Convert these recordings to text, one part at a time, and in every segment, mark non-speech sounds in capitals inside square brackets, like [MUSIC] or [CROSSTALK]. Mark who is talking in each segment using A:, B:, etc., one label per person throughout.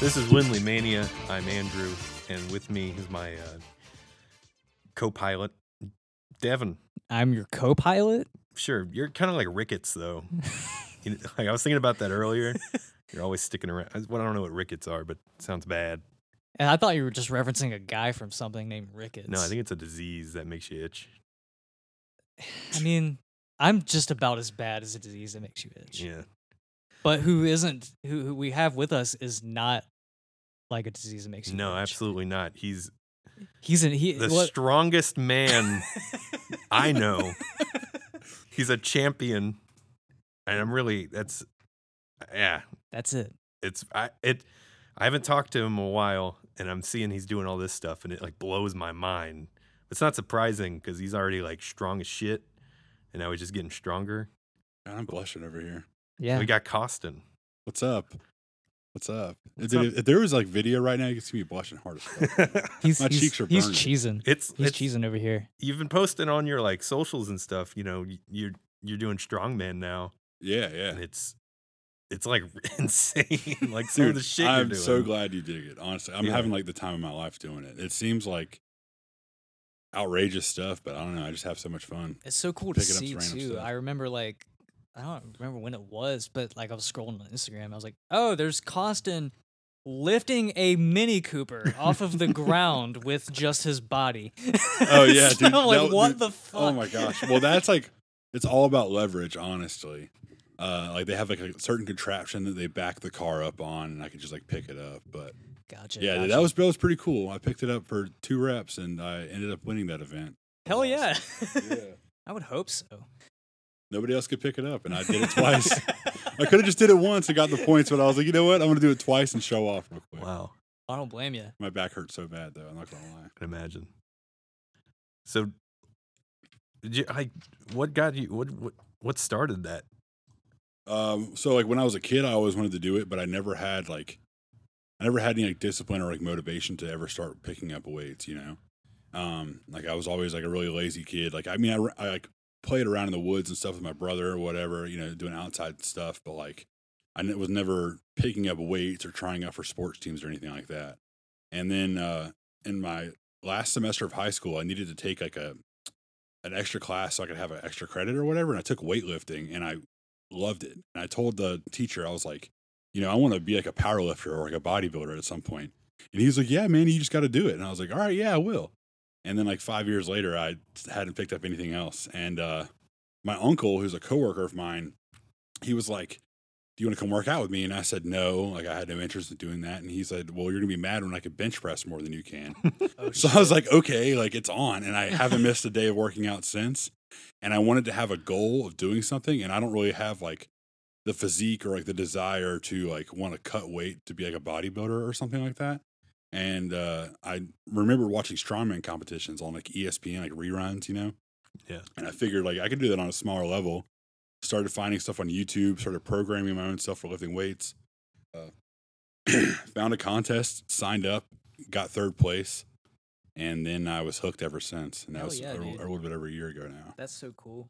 A: This is Winley Mania. I'm Andrew, and with me is my uh, co-pilot, Devin.
B: I'm your co-pilot.
A: Sure, you're kind of like Ricketts, though.
B: [LAUGHS]
A: You know, like I was thinking about that earlier. You're always sticking around. I- Well, I don't know what Ricketts are, but it sounds bad.
B: And I thought you were just referencing a guy from something named Ricketts.
A: No, I think it's a disease that makes you itch.
B: I mean, I'm just about as bad as a disease that makes you itch.
A: Yeah,
B: But who isn't? Who, who we have with us is not like a disease that makes you.
A: no,
B: itch.
A: absolutely not. He's
B: He's in. He
A: the
B: what?
A: strongest
B: [LAUGHS]
A: man I know. He's a champion, and I'm really that's yeah.
B: That's it.
A: it's I it I haven't talked to him in a while and I'm seeing he's doing all this stuff and it like blows my mind. It's not surprising because he's already like strong as shit and now he's just getting stronger.
C: God, I'm blushing over here.
B: Yeah.
A: We got Costin.
B: [LAUGHS]
C: What's up? What's up?
A: What's
C: if,
A: up?
C: if there was like video right now, you could see me blushing hard as fuck.
A: [LAUGHS]
B: he's,
C: my
B: he's,
C: cheeks are
B: He's
C: burning.
B: cheesing.
A: it's
B: He's
A: it's-
B: cheesing over here.
A: you've been posting on your like socials and stuff, you know, y- you're you're doing strongman now
C: yeah, yeah.
A: and it's it's like [LAUGHS] insane. like some of
C: Dude,
A: the shit
C: I'm
A: you're doing.
C: so glad you dig it. Honestly, I'm
A: Yeah.
C: having like the time of my life doing it. It seems like outrageous stuff, but I don't know. I just have so much fun.
B: It's so cool to
C: Picking up
B: see
C: random
B: too.
C: stuff.
B: I remember like I don't remember when it was, but like I was scrolling on Instagram, I was like, "Oh, there's Costin lifting a Mini Cooper off of
C: [LAUGHS]
B: the ground with just his body."
C: Oh, yeah,
B: [LAUGHS] So
C: dude,
B: I'm like,
C: that-
B: what
C: dude,
B: the fuck?
C: Oh my
A: [LAUGHS]
C: gosh. Well, that's like it's all about leverage, honestly. Uh, like they have like a certain contraption that they back the car up on, and I could just like pick it up. But
B: [LAUGHS] gotcha.
C: yeah,
B: gotcha.
C: that was that was pretty cool. I picked it up for two reps, and I ended up winning
A: [LAUGHS]
C: that event.
B: hell yeah. [LAUGHS]
C: yeah.
B: I would hope so.
C: Nobody else could pick it up, and I did
B: [LAUGHS]
C: it twice. [LAUGHS] I could have just did it once and got the points, but I was like, you know what? I'm gonna do it twice and show off real quick.
A: Wow.
B: I don't blame you.
C: My back hurts so bad though. I'm not gonna lie.
A: can imagine. So, did you like what got you? What what what started that?
B: [LAUGHS]
C: Um, so like when I was a kid, I always wanted to do it, but I never had like, I never had any like discipline or like motivation to ever start picking up weights. You know, um, like I was always like a really lazy kid. Like I mean, I, r- I, like played around in the woods and stuff with my brother or whatever. You know, doing outside stuff, but like I n- was never picking up weights or trying out for sports teams or anything like that. And then uh, in my last semester of high school, I needed to take like a an extra class so I could have an extra credit or whatever. And I took weightlifting and I loved it. And I told the teacher, I was like, you know, I want to be like a power lifter or like a bodybuilder at some point. And he was like, yeah, man, you just got to do it. And I was like, all right, yeah, I will. And then like five years later, I hadn't picked up anything else. And uh, my uncle, who's a coworker of mine, he was like, do you want to come work out with me? And I said, no, like I had no interest in doing that. And he said, well, you're going to be mad when I could bench press more than you can.
B: Oh,
C: So I was like, okay, like it's on. And I haven't missed a day of working out since. And I wanted to have a goal of doing something. And I don't really have like the physique or like the desire to like want to cut weight to be like a bodybuilder or something like that. And uh, I remember watching strongman competitions on like E ESPN, like reruns, you know?
A: Yeah.
C: And I figured like I could do that on a smaller level. Started finding stuff on YouTube, started programming my own stuff for lifting weights. Uh, [CLEARS THROAT] found a contest, signed up, got third place. And then I was hooked ever since. And that
B: Hell
C: was
B: yeah,
C: a,
B: dude.
C: a little bit over a year ago now.
B: That's so cool.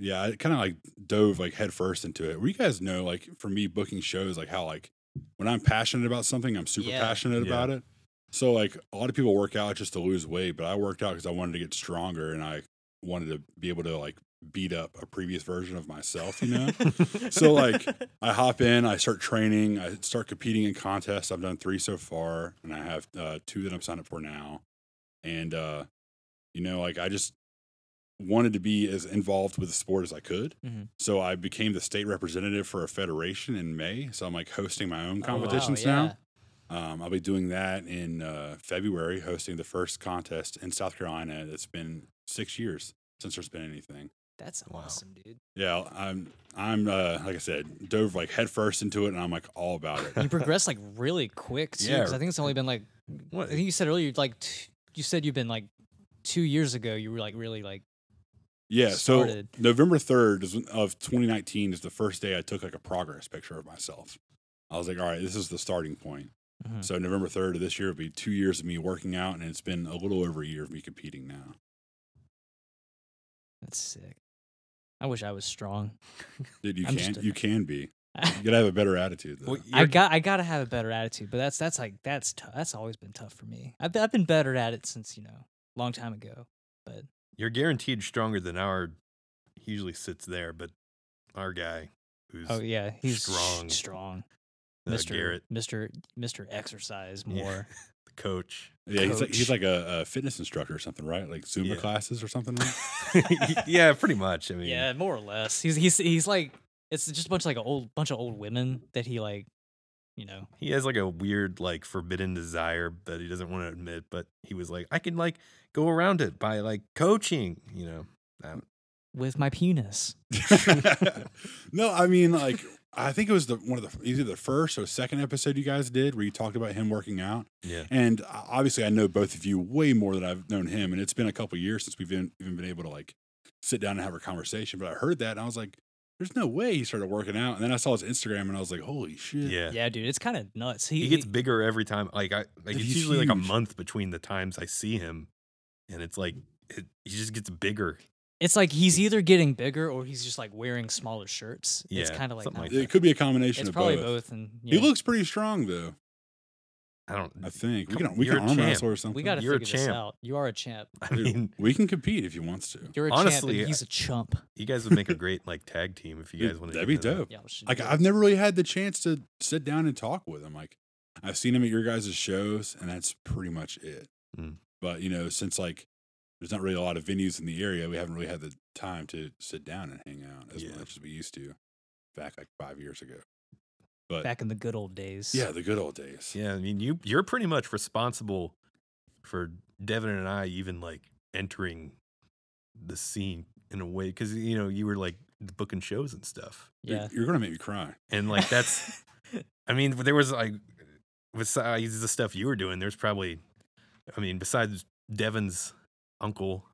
C: Yeah, I kind of like dove like headfirst into it. Well, you guys know, like for me, booking shows, like how like when I'm passionate about something, I'm super
B: Yeah.
C: passionate
A: Yeah.
C: about it. So like a lot of people work out just to lose weight, but I worked out because I wanted to get stronger and I wanted to be able to like beat up a previous version of myself. You know, So, like,
B: [LAUGHS] Oh,
C: I hop in, I start training, I start competing in contests. I've done three so far, and I have uh, two that I'm signed up for now. And uh, you know, like I just wanted to be as involved with the sport as I could.
B: Mhm.
C: So I became the state representative for a federation in May. So I'm like hosting my own
B: Oh,
C: competitions
B: wow,
C: now. Um, I'll be doing that in uh, February, hosting the first contest in South Carolina. It's been six years since there's been anything.
B: That's
A: Wow.
B: awesome, dude.
C: Yeah, I'm I'm uh, like I said, dove like headfirst into it, and I'm like all about it.
B: You progressed like really quick too.
A: Yeah.
B: 'cause I think it's only been like
A: What?
B: I think you said earlier, like t- you said you've been like two years ago. You were like really like
C: Yeah, so
B: Started.
C: November third is- of 2019 is the first day I took like a progress picture of myself. I was like, all right, this is the starting point.
A: Mm-hmm.
B: Mhm.
C: So November third of this year will be two years of me working out, and it's been a little over a year of me competing now.
B: that's sick. I wish I was strong.
C: Dude, you
B: I'm
C: can
B: just a-
C: you can be. You gotta have a better attitude.
A: [LAUGHS]
C: Though.
A: Well,
B: I
A: you're-
B: got I gotta have a better attitude, but that's that's like that's tou- that's always been tough for me. I've I've been better at it since you know long time ago.
A: you're guaranteed stronger than our he usually sits there, but our guy who's
B: Oh yeah, he's
A: strong.
B: strong, strong.
A: uh,
B: Mr.
A: Garrett,
B: Mr. Mr. Exercise
A: Yeah.
B: more.
A: the
B: [LAUGHS]
A: coach. [LAUGHS]
C: yeah, he's like he's
B: coach.
C: like a, a fitness instructor or something, right? Like Zumba
A: Yeah.
C: classes or something.
A: [LAUGHS]
C: Right?
B: [LAUGHS]
A: yeah, pretty much. I mean,
B: Yeah, more or less. He's he's he's like it's just a bunch of like a old bunch of old women that he like, you know.
A: he has like a weird, like forbidden desire that he doesn't want to admit, but he was like, I can like go around it by like coaching, you know.
B: With my penis,
C: [LAUGHS] no, I mean like I think it was the one of the either the first or second episode you guys did where you talked about him working out.
A: Yeah.
C: And uh, obviously, I know both of you way more than I've known him, and it's been a couple years since we've been, even been able to like sit down and have a conversation. But I heard that, and I was like, "There's no way he started working out." And then I saw his Instagram, and I was like, "Holy shit!"
A: Yeah.
B: yeah, dude, it's kind of nuts. He,
A: He gets bigger every time. Like I like
C: Dude,
A: it's
C: he's
A: usually like a
C: huge.
A: month between the times I see him. And it's like it, he just gets bigger.
B: it's like he's either getting bigger or he's just like wearing smaller shirts. it's
A: Yeah,
B: kind of like,
A: something
B: not-
A: like
C: it could be a combination
B: it's
C: of
B: probably
C: both.
B: both. and
C: He
B: yeah.
C: looks pretty strong though.
A: I don't
C: I think we
A: Come
C: can
A: on,
C: we can
A: you're a
C: arm
A: champ.
C: wrestle or something.
B: We got to
A: You're a
B: figure this
A: champ.
B: out. You are a champ.
A: [LAUGHS] I
C: Dude,
A: mean
C: we can compete if he wants to.
B: You're a champ.
A: Honestly,
B: And he's a chump.
A: you guys would
C: [LAUGHS]
A: make a great like tag team if you
C: Dude,
A: guys want to
C: that'd be dope.
B: Yeah, we should
C: Like
B: do
C: I've never really had the chance to sit down and talk with him. Like I've seen him at your guys' shows, and that's pretty much it.
A: Mm.
C: But you know, since like there's not really a lot of venues in the area, we haven't really had the time to sit down and hang out as
A: Yeah.
C: much as we used to back like five years ago.
B: it.
C: But
B: back in the good old days.
C: yeah, the good old days.
A: Yeah, I mean you you're pretty much responsible for Devin and I even like entering the scene in a way because you know you were like booking shows and stuff,
C: Dude,
B: yeah.
C: you're gonna make me cry.
A: and like that's I mean there was like besides the stuff you were doing, there's probably I mean besides Devin's uncle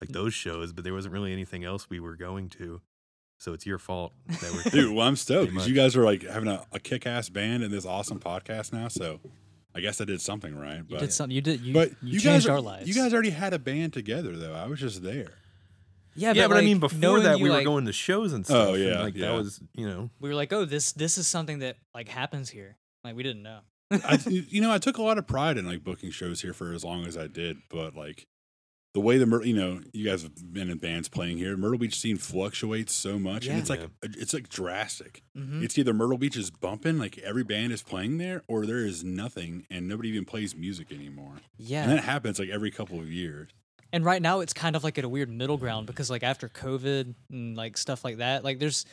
A: like
C: Mm.
A: those shows, but there wasn't really anything else we were going to, so it's your fault that we're
C: [LAUGHS] Dude, well, I'm
A: Pretty
C: stoked because you
A: much.
C: guys are like having a, a kick ass band and this awesome podcast now. So I guess I did something
B: [LAUGHS]
C: right.
B: you
C: but
B: did something. You did. You,
C: but
B: you,
C: you
B: changed
C: guys,
B: our lives.
C: you guys already had a band together though. I was just there.
B: Yeah,
A: yeah, but I
B: like,
A: mean, before
B: knowing
A: that,
B: you,
A: we were
B: like-
A: going to shows and stuff.
C: Oh,
A: and,
C: yeah,
A: like
C: yeah.
A: that was, you know,
B: We were like, oh, this this is something that like happens here. Like we didn't know. [LAUGHS]
C: I, you know, I took a lot of pride in like booking shows here for as long as I did, but like the way the Myr- you know you guys have been in bands playing here, Myrtle Beach scene fluctuates so much, and
B: Yeah.
C: it's like
A: Yeah.
C: it's like drastic.
B: Mhm.
C: It's either Myrtle Beach is bumping, like every band is playing there, or there is nothing, and nobody even plays music anymore.
B: Yeah,
C: And that happens like every couple of years.
B: and right now it's kind of like at a weird middle ground because like after COVID and like stuff like that, like there's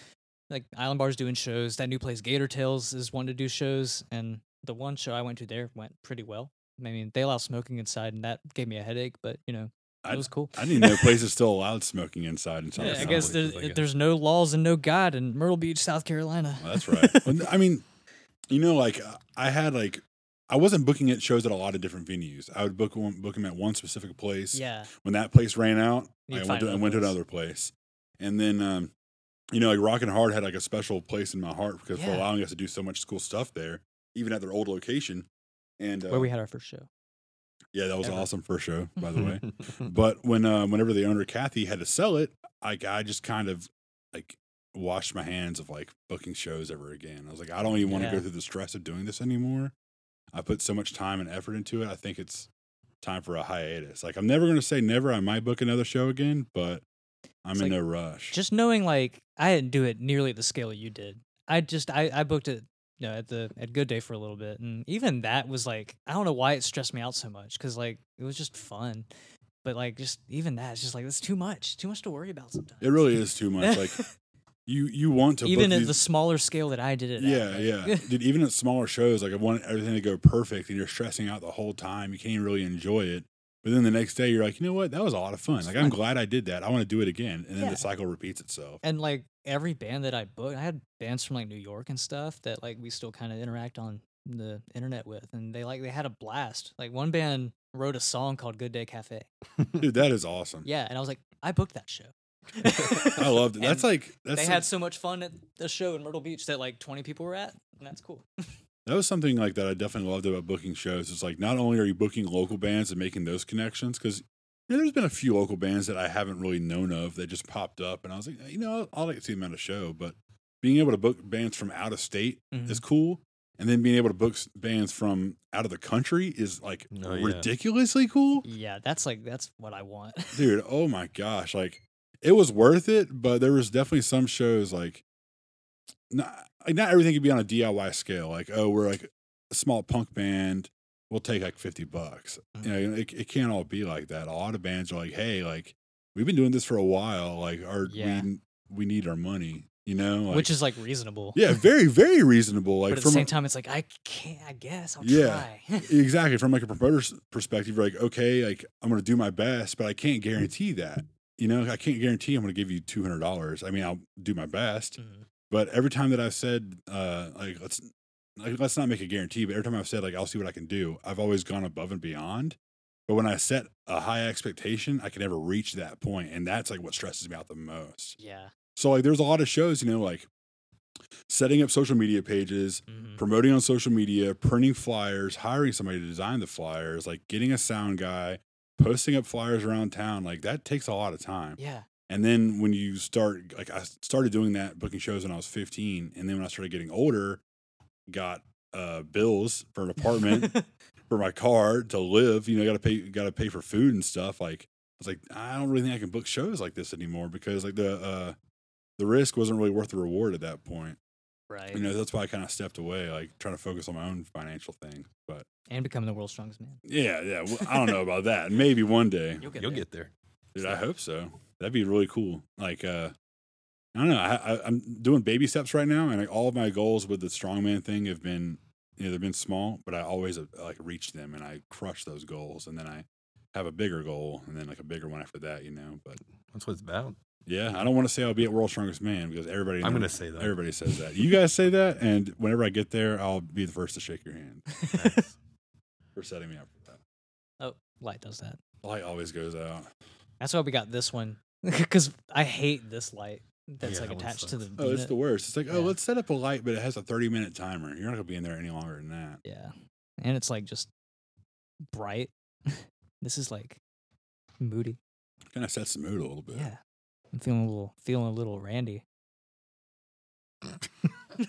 B: like Island Bar's doing shows. That new place Gator Tales is one to do shows, and the one show I went to there went pretty well. I mean, they allow smoking inside, and that gave me a headache, but you know,
C: I-
B: it was cool.
C: I didn't even know places still allowed smoking inside. And
B: Yeah, I
A: sounds
B: guess
A: like
B: there's,
A: it's like a-
B: there's no laws and no God in Myrtle Beach, South Carolina.
C: Well, that's right. [LAUGHS] Well, I mean, you know, like uh, I had like I wasn't booking at shows at a lot of different venues. I would book one, book them at one specific place.
B: [LAUGHS] yeah,
C: When that place ran out,
B: You'd
C: I
B: find
C: went to, I
B: another
C: went to
B: place.
C: another place, and then um, you know, like Rockin' Hard had like a special place in my heart because for
B: Yeah.
C: allowing us to do so much cool stuff there, even at their old location. And uh,
B: where we had our first show.
C: yeah, that was
B: ever.
C: an awesome first show,
A: [LAUGHS]
B: [LAUGHS]
C: by the way. But when uh, whenever the owner Kathy had to sell it, I I just kind of like washed my hands of like booking shows ever again. I was like, I don't even want to
B: Yeah.
C: go through the stress of doing this anymore. I put so much time and effort into it. I think it's time for a hiatus. Like I'm never gonna say never. I might book another show again, but I'm
B: It's
C: in
B: like,
C: no rush.
B: just knowing like I didn't do it nearly at the scale you did. I just I, I booked it you know at the at Good Day for a little bit, and even that was like I don't know why it stressed me out so much because like it was just fun, but like just even that it's just like it's too much, too much to worry about sometimes.
C: it really is too much.
B: [LAUGHS]
C: Like you you want to
B: even
C: book
B: at
C: these-
B: the smaller scale that I did it.
C: Yeah,
B: at, like-
C: yeah, dude. Even at smaller shows, like I want everything to go perfect, and you're stressing out the whole time. You can't even really enjoy it. But then the next day, you're like, you know what? That was a lot of fun. Like I'm glad I did that. I want to do it again. And then
B: Yeah.
C: the cycle repeats
B: [LAUGHS]
C: itself.
B: [LAUGHS] and like every band that I booked, I had bands from like New York and stuff that like we still kind of interact on the internet with, and they like they had a blast. Like one band wrote a song called Good Day Cafe.
C: Dude, that is awesome.
B: Yeah, and I was like, I booked that show.
C: [LAUGHS] I loved it. That's
B: And
C: like that's
B: they
C: like-
B: had so much fun at the show in Myrtle Beach that like 20 people were at, and that's cool.
C: that was something like that I definitely loved about booking shows. It's like not only are you booking local bands and making those connections because. You know, there's been a few local bands that I haven't really known of that just popped up, and I was like, you know, I'll like to see them at a show, but being able to book bands from out of state
B: Mhm.
A: Mm-hmm.
C: is cool. And then being able to book s- bands from out of the country is like
A: Oh, yeah.
C: ridiculously cool.
B: Yeah, that's like that's what I want. [LAUGHS]
C: Dude, oh my gosh. Like it was worth it, but there was definitely some shows like not like not everything could be on a DIY scale. Like, oh, we're like a small punk band, we'll take like 50 bucks.
B: Mm-hmm.
C: You know, it, it can't all be like that. A lot of bands are like, hey, like we've been doing this for a while. Like our
B: Yeah.
C: we we need our money, you know? Like,
B: which is like reasonable.
C: yeah, very, very reasonable. Like
B: but at the
C: from
B: same
C: a-
B: time, it's like I can't. I guess I'll
C: Yeah. [LAUGHS]
B: try. [LAUGHS]
C: exactly from like a promoter's perspective you're like okay like i'm gonna do my best but i can't guarantee that you know i can't guarantee i'm gonna give you $200 i mean i'll do my best
B: Mhm.
C: but every time that i've said uh like let's like let's not make a guarantee but every time i've said like i'll see what i can do i've always gone above and beyond but when i set a high expectation i can never reach that point and that's like what stresses me out the most
B: yeah.
C: so like there's a lot of shows you know like setting up social media pages
B: Mhm.
C: promoting on social media, printing flyers, hiring somebody to design the flyers, like getting a sound guy, posting up flyers around town, like that takes a lot of time.
B: Yeah.
C: And then when you start, like I started doing that, booking shows when I was 15. And then when I started getting older, got uh, bills for
B: [LAUGHS]
C: an apartment, for my car to live, you know, got to pay, got to pay for food and stuff. Like, I was like, I don't really think I can book shows like this anymore because like the, uh, the risk wasn't really worth the reward at that point
B: right.
C: you know that's why i kind of stepped away like trying to focus on my own financial things but
B: and becoming the world's strongest man.
C: yeah yeah well, i don't know about that maybe one day
B: You'll get.
A: You'll
B: there.
A: get there.
C: Dude, i hope so that'd be really cool like uh i don't know I, I, i'm doing baby steps right now and like all of my goals with the strongman thing have been you know they've been small but i always uh, like reach them and i crush those goals and then i have a bigger goal and then like a bigger one after that you know but
A: That's what it's about.
C: yeah i don't want to say i'll be at world's strongest man because everybody
A: I'm
C: knows-
A: gonna say that. [LAUGHS]
C: everybody says that you guys say that and whenever i get there i'll be the first to shake your hand
A: [LAUGHS] Nice.
C: for setting me up for that.
B: [LAUGHS] Oh, light does that.
C: Light always goes out.
B: That's why we got this one [LAUGHS] because I hate this light that's
A: Yeah,
B: like
A: that one
B: attached to the.
A: sucks.
C: Oh, it's
B: unit.
C: the worst. It's like, oh,
B: Yeah.
C: let's set up a light, but it has a 30 minute timer. You're not going to be in there any longer than that.
B: Yeah, and it's like just bright. [LAUGHS] this is like moody.
C: Kind of sets the mood a little bit.
B: Yeah, I'm feeling a little feeling a little randy. [LAUGHS]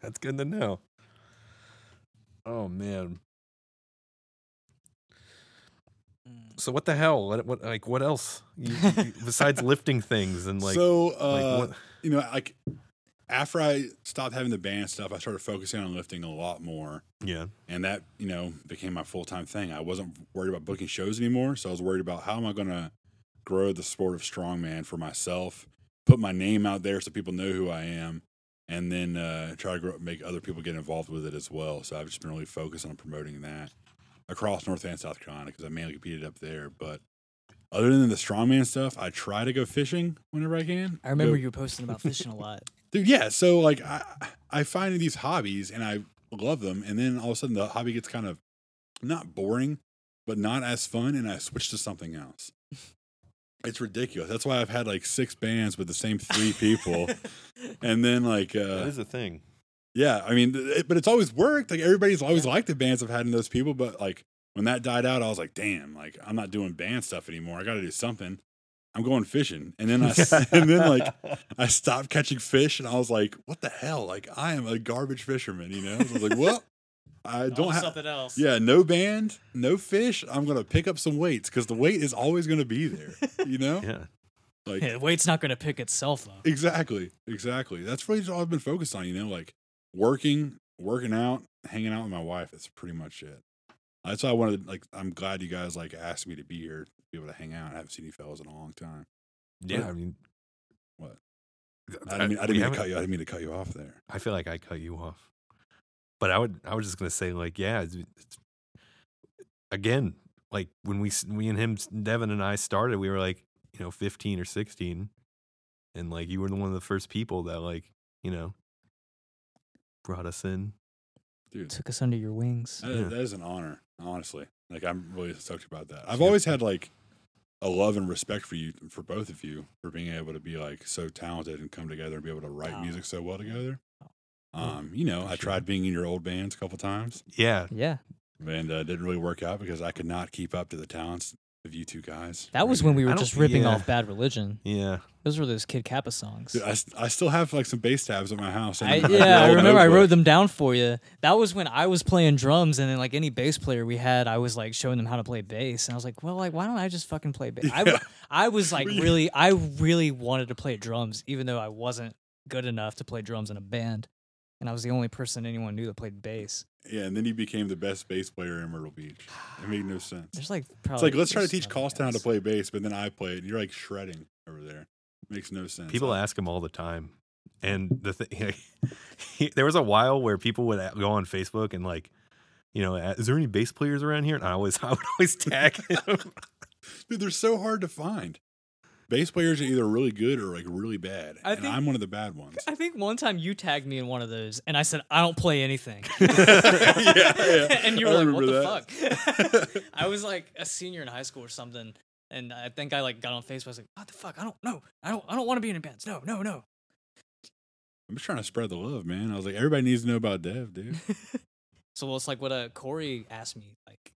A: That's good to know. Oh man. So what the hell? What, what like what else you, you- besides lifting things and like
C: so, uh,
A: like what,
C: you know, like after I stopped having the band stuff, I started focusing on lifting a lot more.
A: yeah
C: And that, you know, became my full time thing. I wasn't worried about booking shows anymore. So I was worried about how am I going to grow the sport of strongman for myself, put my name out there so people know who I am, and then uh, try to grow, make other people get involved with it as well. So I've just been really focused on promoting that across North and South Carolina because I mainly competed up there. But other than the strongman stuff, I try to go fishing whenever I can.
B: I remember
C: Go-
B: you were posting about fishing a lot.
C: Dude, yeah. So like I I find these hobbies and I love them, and then all of a sudden the hobby gets kind of not boring, but not as fun, and I switch to something else. It's ridiculous. That's why I've had like six bands with the same [LAUGHS]
A: [LAUGHS]
C: three people, and then like
A: that
C: uh,
A: is a thing.
C: yeah, I mean, th- it, but it's always worked. Like everybody's always
B: Yeah.
C: liked the bands I've had in those people, but like when that died out, I was like, damn, like I'm not doing band stuff anymore. I got to do something. I'm going fishing, and then
A: [LAUGHS]
C: I s- [LAUGHS] and then like I stopped catching fish and I was like, what the hell? Like, I am a garbage fisherman, you know? I was like, well, I don't have.
B: else. [LAUGHS]
C: Yeah, no band, no fish. I'm going to pick up some weights because the weight is always going to be there, you know?
A: yeah
C: Like,
B: Yeah, weight's not going to pick itself up.
C: exactly. Exactly. That's really all I've been focused on, you know? Like, working, working out, hanging out with my wife. That's pretty much it. That's why I wanted, like, I'm glad you guys, like, asked me to be here, to be able to hang out. I haven't seen you fellas in a long time.
A: yeah. I mean
C: What? I didn't mean, I
A: we
C: didn't mean to
A: haven't-
C: cut you, I didn't mean to cut you off there.
A: I feel like I cut you off, but I would I was just gonna say like yeah, it's, it's, again like when we s- we and him Devin and I started, we were like you know 15 or 16, and like you were the one of the first people that like you know brought us in.
C: Dude,
B: Took us under your wings.
C: That,
A: Yeah.
C: that is an honor, honestly. Like I'm really stoked about that. I've
A: Yeah.
C: always had like a love and respect for you, for both of you, for being able to be like so talented and come together and be able to write
B: Oh.
C: music so well together.
A: Yeah,
C: Um, you know, I
A: appreciate
C: tried being in your old bands a couple times,
A: Yeah,
B: Yeah,
C: and uh, didn't really work out because I could not keep up to the talents of you two guys.
B: that was when we
A: I
B: were
A: don't-
B: just ripping
A: yeah.
B: off Bad Religion.
A: yeah,
B: Those were those Kid Kappa songs.
C: Dude, I, s- I still have like some bass tabs at my house.
B: I,
C: [LAUGHS] and they're
B: yeah,
C: all
B: I remember I wrote
C: notebook.
B: them down for you. That was when I was playing drums, and then like any bass player we had, I was like showing them how to play bass, and I was like, well, like why don't I just fucking play bass? I w-
C: [LAUGHS] Yeah.
B: I was
C: [LAUGHS]
B: like really, I really wanted to play drums, even though I wasn't good enough to play drums in a band, and I was the only person anyone knew that played bass.
C: Yeah, and then he became the best bass player in Myrtle Beach. It made no sense.
B: There's like
C: It's
B: probably
C: like let's try to
B: there's
C: teach
B: other
C: Costin how to
B: guys.
C: play bass, but then I play it, and you're like shredding over there. Makes no sense.
A: People ask him all the time, and the [LAUGHS] thing, there was a while where people would go on Facebook and like, you know, is there any bass players around here? And I always, [LAUGHS] I would always tag him.
C: dude, they're so hard to find. Bass players are either really good or like really bad,
B: I
C: and
B: think-
C: I'm one of the bad ones.
B: I think one time you tagged me in one of those, and I said I don't play
C: [LAUGHS]
B: anything.
C: yeah.
B: [LAUGHS] and you
C: I
B: were like, "What
C: remember
B: the
C: [LAUGHS]
B: fuck?" I was like a senior in high school or something, and I think I like got on Facebook. I was like, "What the fuck? I don't know. I don't. I don't want to be in a band. No, no, no."
C: I'm just trying to spread the love, man. I was like, everybody needs to know about Dev, dude.
B: [LAUGHS] So well, it's like what uh, Corey asked me like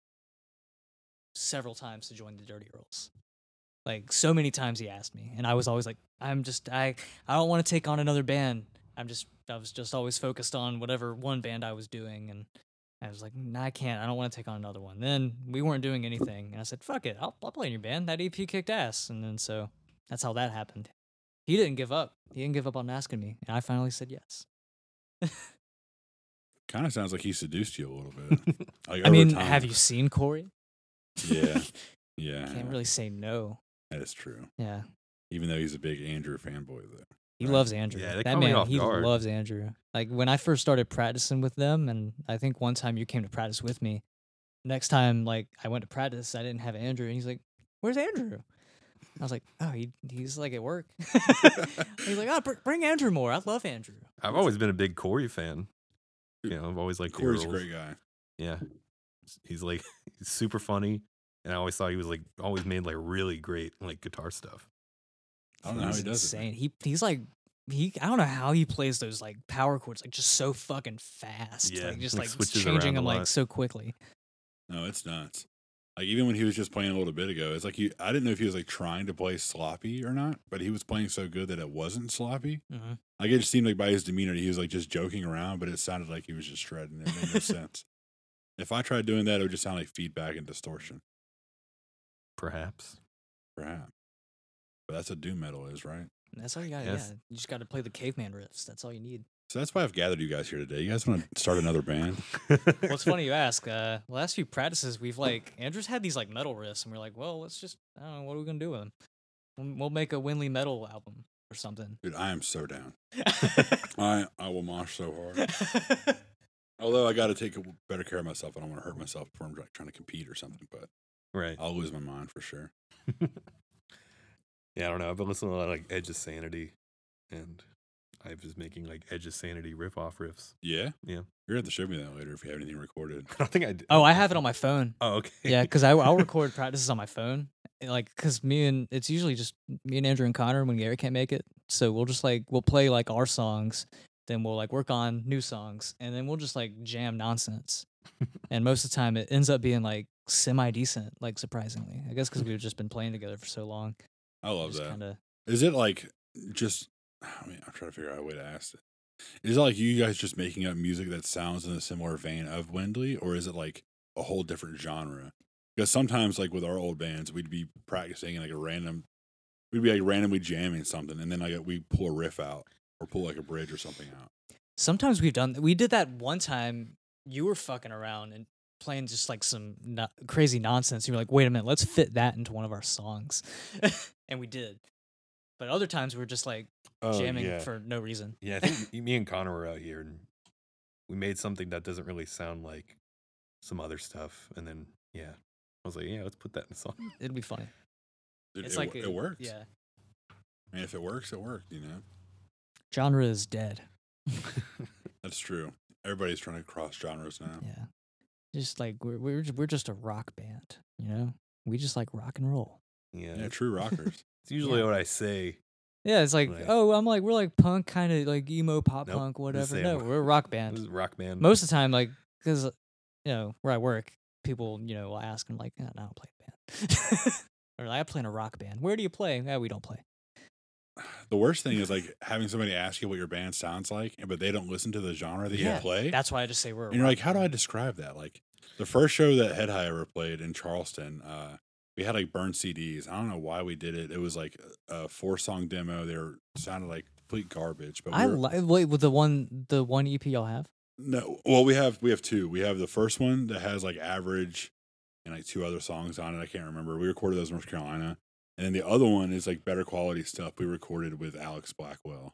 B: several times to join the Dirty Earls. Like so many times he asked me, and I was always like, "I'm just I I don't want to take on another band. I'm just I was just always focused on whatever one band I was doing, and I was like, nah, I can't. I don't want to take on another one. Then we weren't doing anything, and I said, "Fuck it, I'll, I'll play in your band." That EP kicked ass, and then so that's how that happened. He didn't give up. He didn't give up on asking me, and I finally said yes.
C: Kind of sounds like he seduced you a little bit. Like,
B: I
C: over
B: mean,
C: time.
B: have you seen Corey?
C: Yeah, yeah,
B: [LAUGHS] Can't really say no.
C: that is true.
B: Yeah. Even
C: Even though he's a big Andrew fanboy, though.
B: he
C: Right.
B: loves Andrew.
A: Yeah, they
B: that
A: caught me
B: man,
A: off
B: he
A: guard.
B: loves Andrew. Like when I first started practicing with them, and I think one time you came to practice with me. Next time, like I went to practice, I didn't have Andrew, and he's like, "Where's Andrew?" I was like, "Oh, he he's like at work." [LAUGHS] he's like, "Oh, br- bring Andrew more. I love Andrew."
A: I've always been a big Corey fan. You know, I've always liked the
C: Corey's a
A: Earls.
C: great guy.
A: Yeah, he's like [LAUGHS] he's super funny, and I always thought he was like always made like really great like guitar stuff.
C: I don't know how
B: He's
C: he does it. man.
B: insane. He he's like he I don't know how he plays those like power chords like just so fucking fast.
A: Yeah,
B: like just
A: he
B: like
A: switches
B: changing
A: around a
B: them like
A: lot.
B: so quickly.
C: No, it's nuts. Like even when he was just playing a little bit ago, it's like you I didn't know if he was like trying to play sloppy or not, but he was playing so good that it wasn't sloppy.
B: Mm-hmm.
C: Like it just seemed like by his demeanor he was like just joking around, but it sounded like he was just shredding. It made no sense. If I tried doing that, it would just sound like feedback and distortion,
A: Perhaps
C: perhaps. But that's what doom metal is, right?
B: That's all you got. to
A: Yes.
B: Yeah, you just got to play the caveman riffs. That's all you need.
C: So that's why I've gathered you guys here today. You guys want to start another band?
B: Well,
A: [LAUGHS]
B: it's funny you ask. Uh, the last few practices, we've like Andrew's had these like metal riffs, and we're like, well, let's just I don't know what are we gonna do with them. We'll, we'll make a Winley metal album or something.
C: Dude, I am so down. I I will mosh so hard. Although I got to take better care of myself. I don't want to hurt myself before I'm like, trying to compete or something. But
A: right?
C: I'll lose my mind for sure.
A: Yeah, I don't know. I've been listening to a lot of like Edge of Sanity, and I was making like Edge of Sanity riff off riffs.
C: Yeah.
A: Yeah.
C: You're going to have to show me that later if you have anything recorded.
A: I don't think I did.
B: [LAUGHS] oh, I have it on my phone.
A: Oh, okay.
B: [LAUGHS]
A: [LAUGHS]
B: Yeah,
C: [LAUGHS]
B: because I I'll record practices on my phone. and, Like, cause me and it's usually just me and Andrew and Connor when Gary can't make it. So we'll just like we'll play like our songs, then we'll like work on new songs, and then we'll just like jam nonsense. and most of the time, it ends up being like semi decent, like surprisingly. I guess because we've just been playing together for so long.
C: I love
B: just
C: that. Is
B: kinda-
C: it like just, [SIGHS] I mean, I'm trying to figure out a way to ask it. Is it like you guys just making up music that sounds in a similar vein of Wendley, or is it like a whole different genre? Because sometimes, like with our old bands, we'd be practicing in like a random, we'd be like randomly jamming something, and then like we pull a riff out or pull like a bridge or something out.
B: Sometimes we've done we did that one time. You were fucking around and playing just like some no- crazy nonsense. You were like, "Wait a minute, let's fit that into one of our songs," [LAUGHS] and we did. But other times we were just like jamming
A: Oh, yeah.
B: for no reason.
A: Yeah, I think me- me and Connor were out here and we made something that doesn't really sound like some other stuff. And then, yeah, I was like, yeah, let's put that in the song. [LAUGHS]
B: It'd be funny.
C: Dude,
B: It's
C: it,
B: like
C: wo-
B: a-
C: it worked.
B: Yeah,
C: I mean, if it works, it worked, you know?
B: genre is dead.
C: That's true. Everybody's trying to cross genres
A: Oh.
C: now.
B: Yeah, just like we're we're ju- we're just a rock band. You know, we just like rock and roll.
A: Yeah,
C: yeah
A: it's
C: true rockers.
A: usually what I say.
B: Yeah, it's like
A: Right.
B: oh, I'm like we're like punk, kind of like emo pop
A: Nope,
B: punk,
A: the
B: whatever.
A: same.
B: No, we're a rock
A: This [LAUGHS]
B: band.
A: is rock band.
B: most of the time, like, because you know where I work, people you know will ask and like, [LAUGHS] "Nah, nah, I don't play in a band, or I play in a rock band. Where do you play? Yeah, we don't play.
C: [LAUGHS] the worst thing is like having somebody ask you what your band sounds like, but they don't listen to the genre that
B: Yeah,
C: you play.
B: That's why I just say we're. a
C: and you're
B: rock
C: like, how do I
B: band.
C: describe that? Like the first show that Head High ever played in Charleston, uh, we had like burned CDs. I don't know why we did it. It was like a four song demo. They were sounded like complete garbage. But we
B: I
C: were-
B: like wait with the one the one EP y'all have.
C: No, well, we have we have two. We have the first one that has like average and like two other songs on it. I can't remember. We recorded those in North Carolina, and then the other one is like better quality stuff we recorded with Alex Blackwell.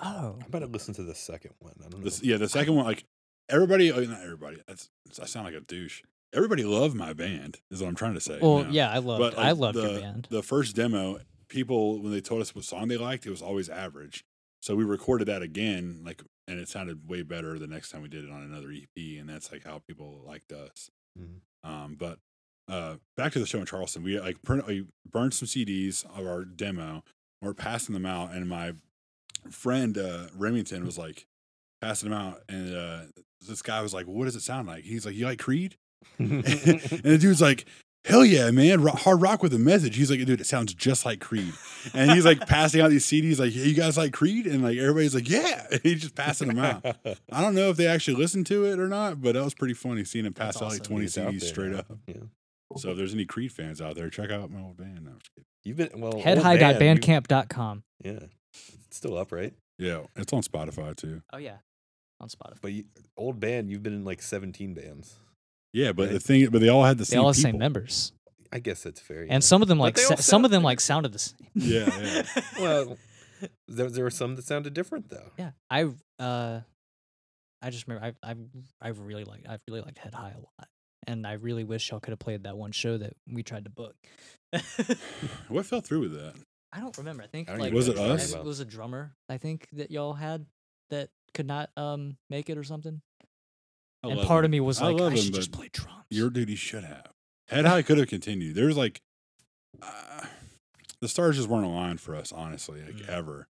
B: Oh,
D: I better listen to the second one. I don't know.
C: This, yeah, the second one, like everybody, oh, not everybody. That's I sound like a douche. Everybody loved my band. Is what I'm trying to say.
B: well,
C: now.
B: yeah, I loved
C: But,
B: I
C: like,
B: loved
C: the-
B: your band.
C: The first demo, people when they told us what song they liked, it was always average. So we recorded that again, like, and it sounded way better the next time we did it on another EP, and that's like how people liked us.
D: Mhm.
C: Um, but uh, back to the show in Charleston, we like print, we burned some CDs of our demo. We're passing them out, and my friend uh, Remington was like passing them out, and uh, this guy was like, "What does it sound like?" He's like, "You like Creed?"
A: [LAUGHS]
D: [LAUGHS]
C: [LAUGHS] and the dude's like, hell yeah, man, Ro- hard rock with a message. He's like, dude, it sounds just like Creed. And he's like passing out these CDs, like, "Yeah, you guys like Creed? And like everybody's like, yeah. [LAUGHS] And he's just passing
A: [LAUGHS]
C: them out. I don't know if they actually listened to it or not, but that was pretty funny seeing him pass
B: That's
C: out like
B: awesome.
C: 20
D: It's out
C: CDs
D: there
C: straight
D: now.
C: up.
D: Yeah.
C: So if there's any Creed fans out there, check out my old band. No, I'm just kidding.
D: You've been well. old band, you-
B: Headhigh.bandcamp.com.
A: [LAUGHS]
D: Yeah. It's still up, right?
C: Yeah, it's on Spotify too.
B: Oh yeah, on Spotify.
D: But you, old band, you've been in like 17 bands.
C: Yeah, but the
D: Right.
C: thing, but they all had the
B: They
C: same
B: all have the
C: people.
B: same members,
D: I guess that's fair. yeah.
B: and some of them
D: But
B: like
D: they
B: sa-
D: all
B: some of
D: sound-
B: them like sounded the same.
C: Yeah, yeah.
B: [LAUGHS]
A: [LAUGHS]
D: Well, there, there were some that sounded different though.
B: yeah. I uh, I just remember I I I really liked I really liked Head High a lot, and I really wish y'all could have played that one show that we tried to book. [LAUGHS]
C: What fell through with that?
B: I don't remember. I think
D: I don't
B: like
D: even
C: Was
D: know
C: it
D: what you're talking
C: us?
B: It
D: about.
B: was a drummer, I think, that y'all had that could not um make it or something.
C: I
B: and
C: love
B: part
C: it.
B: of me was
C: I
B: like, I,
C: love him,
B: should just
C: but
B: play drums.
C: Your duty should have. Head High could have continued. There's like, uh, the stars just weren't aligned for us, honestly, like
B: Mm.
C: ever.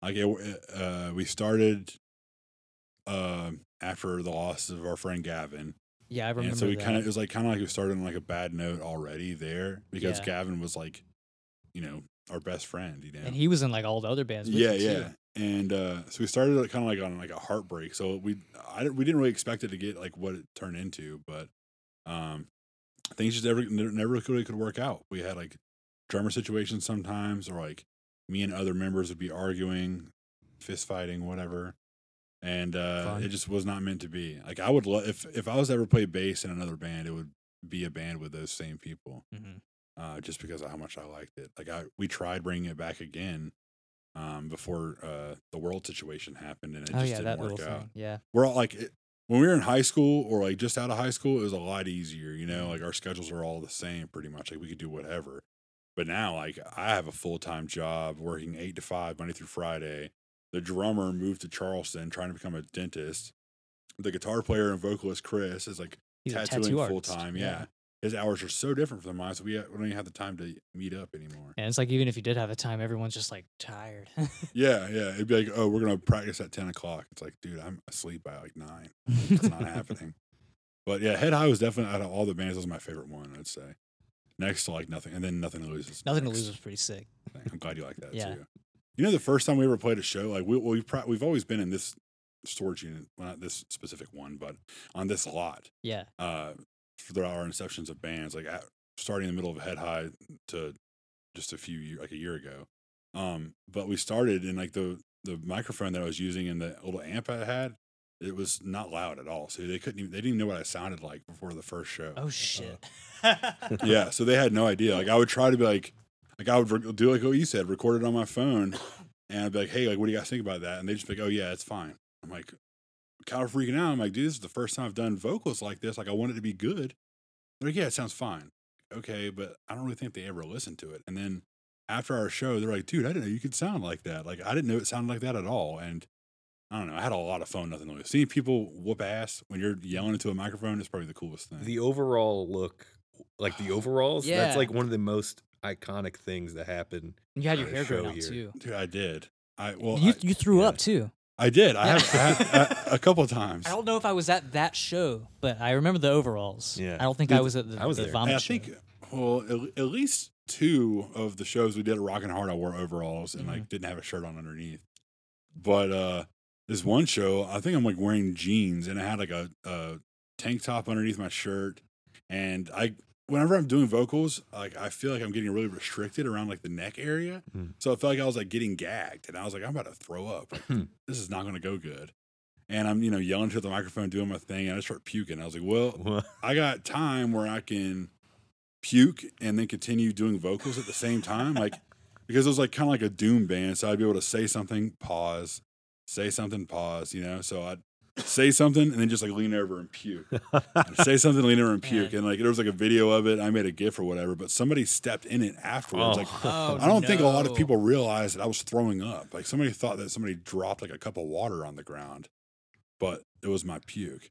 C: Like, it, uh, we started uh, after the loss of our friend Gavin.
B: yeah, I remember.
C: And so we
B: that.
C: kind of, it was like kind of like we started on like a bad note already there because
B: Yeah.
C: Gavin was like, you know, our best friend, you know?
B: and he was in like all the other bands. With
C: yeah,
B: you,
C: yeah.
B: too.
C: And uh, so we started like, kind of like on like a heartbreak. So we I didn't- we didn't really expect it to get like what it turned into, but um, things just never ne- never really could work out. We had like drummer situations sometimes, or like me and other members would be arguing, fist fighting, whatever. And uh,
B: Fun.
C: it just was not meant to be. Like I would love if if I was to ever play bass in another band, it would be a band with those same people
B: Mhm.
C: uh, just because of how much I liked it. Like I, we tried bringing it back again um, before uh, the world situation happened, and it
B: Oh
C: just
B: yeah,
C: didn't
B: that little
C: work out.
B: thing. Yeah,
C: We're all like it, when we were in high school or like just out of high school, it was a lot easier. You know,
B: Mm-hmm.
C: like our schedules are all the same pretty much. Like we could do whatever. But now, like I have a full time job, working eight to five Monday through Friday. The drummer moved to Charleston, trying to become a dentist. The guitar player and vocalist Chris is like
B: he's a
C: tattooing
B: tattoo
C: full
B: artist.
C: time. Yeah. his hours are so different from mine, so we, we don't even have the time to meet up anymore.
B: and it's like even if you did have the time, everyone's just like tired.
C: yeah, yeah. It'd be like, oh, we're gonna practice at ten o'clock. It's like, dude, I'm asleep by like nine.
B: [LAUGHS]
C: It's not happening. But yeah, Head High was definitely out of all the bands was my favorite one. I'd say next to like nothing, and then nothing to lose. is
B: Nothing to
C: next.
B: lose was pretty sick.
C: Thing. I'm glad you like that
B: Yeah.
C: too. You know, the first time we ever played a show, like we well, we've pro- we've always been in this storage unit, well, not this specific one, but on this lot.
B: Yeah,
C: uh, throughout our inceptions of bands, like at, starting in the middle of Head High to just a few year, like a year ago. Um, but we started in like the the microphone that I was using and the little amp I had, it was not loud at all. So they couldn't even they didn't even know what I sounded like before the first show.
B: Oh
C: [LAUGHS]
B: shit. [LAUGHS]
C: Yeah, so they had no idea. Like I would try to be like, like I would re- do like what you said, record it on my phone, and I'd be like, hey, like what do you guys think about that? And they just be like, oh yeah, it's fine. I'm like, kind of freaking out. I'm like, dude, this is the first time I've done vocals like this. Like I want it to be good. They're like, yeah, it sounds fine. Okay, but I don't really think they ever listened to it. And then after our show, they're like, dude, I didn't know you could sound like that. Like I didn't know it sounded like that at all. And I don't know. I had a lot of fun, nothing to lose. Seeing people whoop ass when you're yelling into a microphone is probably the coolest thing.
D: The overall look, like the overalls,
B: Yeah.
D: that's like one of the most iconic things that happen.
A: [LAUGHS]
C: [LAUGHS]
B: And you had your
D: Gotta
B: hair grown
D: show
B: out
D: here.
B: too.
C: Dude, I did. I well,
B: you
C: I,
B: you threw
D: yeah.
B: up too.
C: I did. I
B: Yeah.
C: have, I
B: [LAUGHS]
C: have a, a couple of times.
B: I don't know if I was at that show, but I remember the overalls.
D: Yeah.
B: I don't think
C: Dude,
B: I was at the,
D: I was
B: the
D: there.
B: vomit
C: And I
B: show.
C: think well, at, at least two of the shows we did at Rockin' Hard, I wore overalls and
A: Mm-hmm.
C: like didn't have a shirt on underneath. But uh this one show, I think I'm like wearing jeans and I had like a, a tank top underneath my shirt. And I, whenever I'm doing vocals, like I feel like I'm getting really restricted around like the neck area.
A: Mm.
C: So I felt like I was like getting gagged and I was like, I'm about to throw up. Like,
A: Hmm.
C: this is not going to go good. And I'm, you know, yelling to the microphone, doing my thing. And I start puking. I was like, well,
A: Well,
C: I got time where I can puke and then continue doing vocals at the same
B: [LAUGHS]
C: time. Like, because it was like kind of like a doom band. So I'd be able to say something, pause, say something, pause, you know? So I'd say something and then just like lean over and puke. I'd
B: [LAUGHS]
C: say something, lean over and puke. And like, there was like a video of it. I made a GIF or whatever, but somebody stepped in it afterwards.
A: [LAUGHS]
B: [LAUGHS]
C: Like,
B: Oh,
C: I don't think a lot
B: no.
C: of people realize that I was throwing up. Like somebody thought that somebody dropped like a cup of water on the ground, but it was my puke.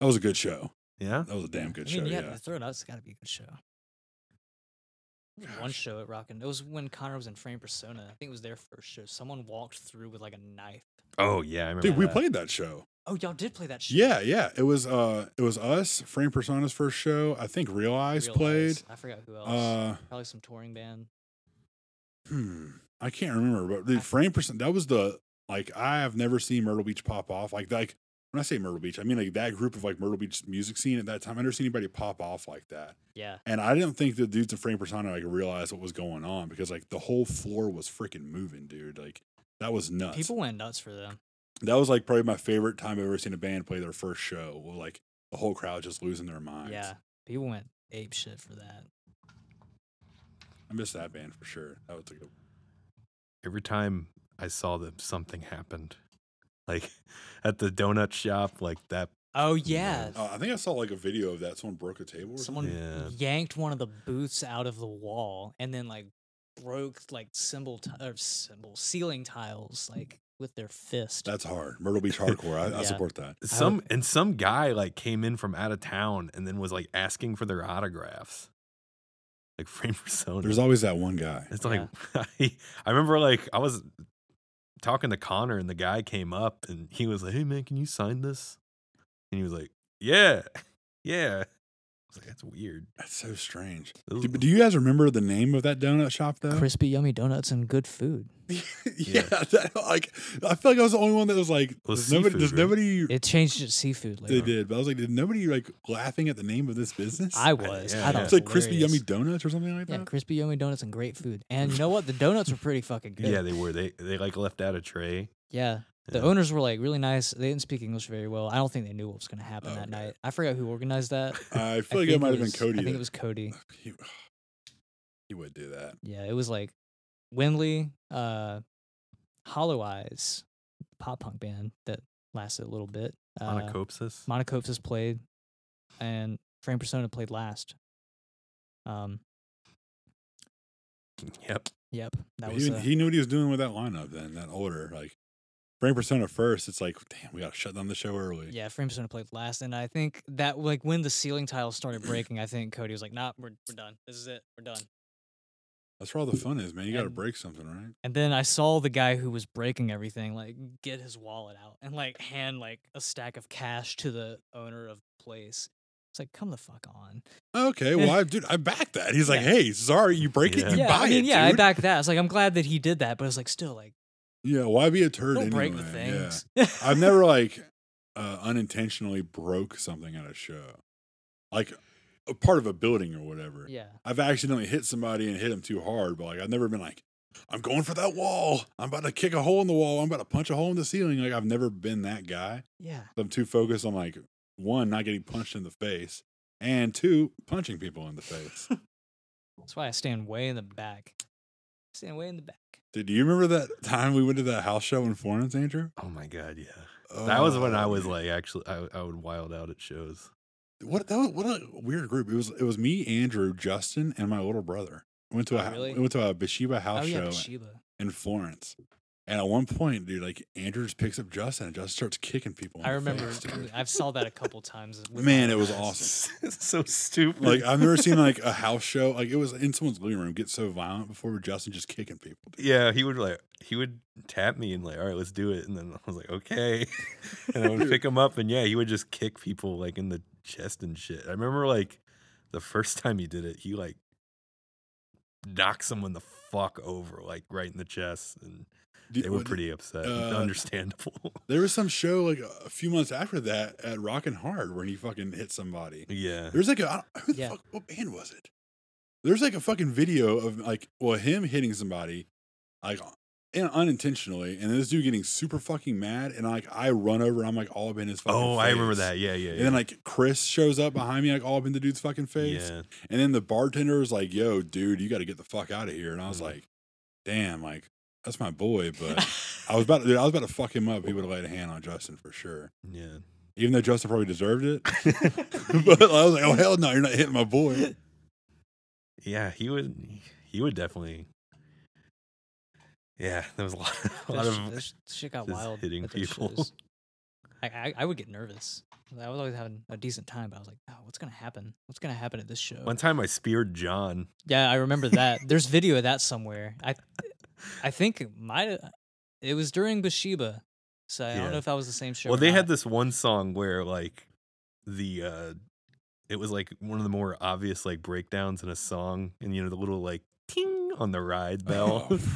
C: That was a good show.
A: yeah.
C: That was a damn
B: I
C: good
B: mean,
C: show.
B: yeah,
C: Yeah.
B: the throw it out has got to be a good show. There was One
C: Gosh.
B: show at Rockin'. It was when Connor was in Frame Persona. I think it was their first show. Someone walked through with like a knife.
A: Oh yeah, I remember.
C: Dude, we
A: that.
C: played that show.
B: Oh, y'all did play that show.
C: Yeah, yeah. It was uh it was us, Frame Persona's first show. I think Real Eyes
B: Real
C: played.
B: Eyes. I forgot who else.
C: Uh
B: Probably some touring band.
C: hmm, I can't remember, but dude, Frame Person that was the like I have never seen Myrtle Beach pop off. Like like when I say Myrtle Beach, I mean like that group of like Myrtle Beach music scene at that time. I never seen anybody pop off like that.
B: Yeah.
C: And I didn't think the dudes in Frame Persona like realized what was going on because like the whole floor was freaking moving, dude. Like that was nuts.
B: People went nuts for them.
C: that was like probably my favorite time I've ever seen a band play their first show. Well, like the whole crowd just losing their minds.
B: Yeah. People went ape shit for that.
C: I miss that band for sure. That was like a,
A: Every time I saw them, something happened. Like [LAUGHS] at the donut shop, like that.
B: Oh yeah.
C: uh, I think I saw like a video of that. Someone broke a table. Or
B: Someone
A: Yeah.
B: yanked one of the boots out of the wall and then like broke like symbol t- or symbol ceiling tiles like with their fist.
C: something. That's hard. Myrtle Beach hardcore.
B: [LAUGHS]
C: I,
B: Yeah.
C: I support that.
A: Some and some guy like came in from out of town and then was like asking for their autographs, like [LAUGHS] frame persona.
C: There's always that one guy.
A: It's like [LAUGHS] I, I remember like I was talking to Connor and the guy came up and he was like, "Hey man, can you sign this?" And he was like, "Yeah, [LAUGHS] yeah." I was like, "That's weird."
C: That's so strange.
A: Ooh.
C: Do, do you guys remember the name of that donut shop though? [LAUGHS]
B: Crispy, yummy donuts and good food.
C: yeah, that- like I feel like I was the only one that was like,
A: was
C: does nobody,
A: seafood,
C: does
A: right?
C: nobody
B: It changed to seafood
C: they
B: later.
C: did, but I was like, did nobody like laughing at the name of this business?
B: I was.
A: yeah,
B: I
A: yeah.
B: thought
C: it's like
B: it was
C: crispy yummy
B: hilarious.
C: donuts or something like that.
B: Yeah, crispy yummy donuts and great food. And you know what? The donuts were pretty fucking
A: [LAUGHS]
B: good.
A: Yeah, they
C: [LAUGHS]
A: were. They they like left out a tray.
B: Yeah. The
A: Yeah.
B: owners were like really nice. They didn't speak English very well. I don't think they knew what was going to happen that
C: Okay.
B: night. I forgot who organized that.
C: Oh, [LAUGHS] I
B: I
C: feel like it
B: think
C: might have been
B: was-
C: Cody.
B: I think
C: that-
B: it was Cody.
C: [SIGHS] He, he would do that.
B: Yeah, it was like Windley, uh, Hollow Eyes, pop punk band that lasted a little bit. Uh,
A: Monocopsis.
B: Monocopsis played, and Frame Persona played last. Um,
A: yep.
B: yep, that
C: But
B: was.
C: he,
B: uh,
C: he knew what he was doing with that lineup then, that order. Like, Brain Persona first, it's like, damn, we got to shut down the show early.
B: yeah, Frame Persona played last, and I think that like when the ceiling tiles started breaking, I think Cody was like, "Nah, we're we're done. This is it. We're done."
C: That's where all the fun is, man. You got to
B: And-
C: break something, right?
B: And then I saw the guy who was breaking everything like get his wallet out and like hand like a stack of cash to the owner of the place. It's like, come the fuck on. [LAUGHS]
C: Okay, well, I, dude, I back that. He's like,
B: Yeah.
C: hey, sorry, you break it,
A: Yeah.
C: you
B: yeah,
C: buy
B: I mean,
C: it.
B: yeah,
C: dude.
B: I back that. It's like I'm glad that he did that, but it's like still like
C: yeah, why be a turd
B: don't
C: anyway?
B: break the
C: Yeah.
B: things.
C: I've never, like, uh, unintentionally broke something at a show, like a part of a building or whatever.
B: [LAUGHS] yeah.
C: I've accidentally hit somebody and hit them too hard, but like I've never been like, I'm going for that wall. I'm about to kick a hole in the wall. I'm about to punch a hole in the ceiling. Like I've never been that guy.
B: Yeah.
C: I'm too focused on like one, not getting punched in the face, and two, punching people in
B: [LAUGHS]
C: the face.
B: That's why I stand way in the back. Stand way in the back.
C: Dude, do you remember that time we went to that house show in Florence, Andrew?
A: Oh my god. Yeah. that was when I
C: Oh,
A: was
C: man.
A: like actually I I would wild out at shows.
C: what that was, what a weird group. It was it was me, Andrew, Justin, and my little brother. We went to
B: Oh,
C: a hou-
B: really?
C: we went to a Bathsheba house
B: oh yeah,
C: show.
B: Toshiba.
C: in Florence. And at one point, dude, like Andrew just picks up Justin and Justin starts kicking people. in
B: I
C: the
B: remember
C: face, dude.
B: I've saw that a couple times. with my
C: Man, it
B: own
C: was
B: eyes.
A: [LAUGHS]
C: awesome.
A: so stupid.
C: Like I've never seen like
B: [LAUGHS]
C: a house show like it was in someone's living room get so violent before with Justin just kicking people.
A: yeah, he would like he would tap me and like, all right, let's do it. And then I was like, okay. [LAUGHS] and I would pick him up and yeah, he would just kick people like in the chest and shit. I remember like the first time he did it, he like knock someone the fuck over, like right in the chest, and
C: Do-
A: they were
C: what-
A: pretty upset. [LAUGHS]
C: uh,
A: Understandable. [LAUGHS]
C: There was some show like a few months after that at Rockin' Hard where he fucking hit somebody.
A: yeah,
C: There's like a I don't- who the
B: Yeah.
C: fuck what band was it? There's like a fucking video of like well him hitting somebody like and unintentionally, and this dude getting super fucking mad, and like I run over, and I'm like all up in his fucking.
A: Oh, I remember
C: face.
A: that. Yeah, yeah. yeah.
C: And then like Chris shows up behind me, like all up in the dude's fucking face,
A: Yeah.
C: and then the bartender is like, "Yo, dude, you got to get the fuck out of here," and I was
A: Mhm.
C: like, "Damn, like that's my boy,"
A: [LAUGHS]
C: but
B: [LAUGHS]
C: I was about to, dude, I was about to fuck him up. He would have laid a hand on Justin for sure,
A: Yeah.
C: even though Justin probably deserved it. [LAUGHS] but I was like, "Oh hell no, you're not hitting my boy."
A: [LAUGHS] Yeah, he would he would definitely Yeah, there was a lot, [LAUGHS] a lot
B: This-
A: of
B: this shit got
A: just
B: wild
A: hitting
B: at those
A: people. [LAUGHS]
B: shows. I, I I would get nervous. I was always having a decent time, but I was like, oh, what's gonna happen? What's gonna happen at this show?
A: One time I speared John.
B: Yeah, I
A: [LAUGHS]
B: remember that. There's video of that somewhere. I I think it might it was during Bathsheba. So I
A: Yeah.
B: don't know if that was the same show.
A: well,
B: or
A: they had
B: not.
A: this one song where like the uh it was like one of the more obvious like breakdowns in a song and you know the little like ting on the
C: [LAUGHS]
A: ride bell
C: Oh.
A: [LAUGHS]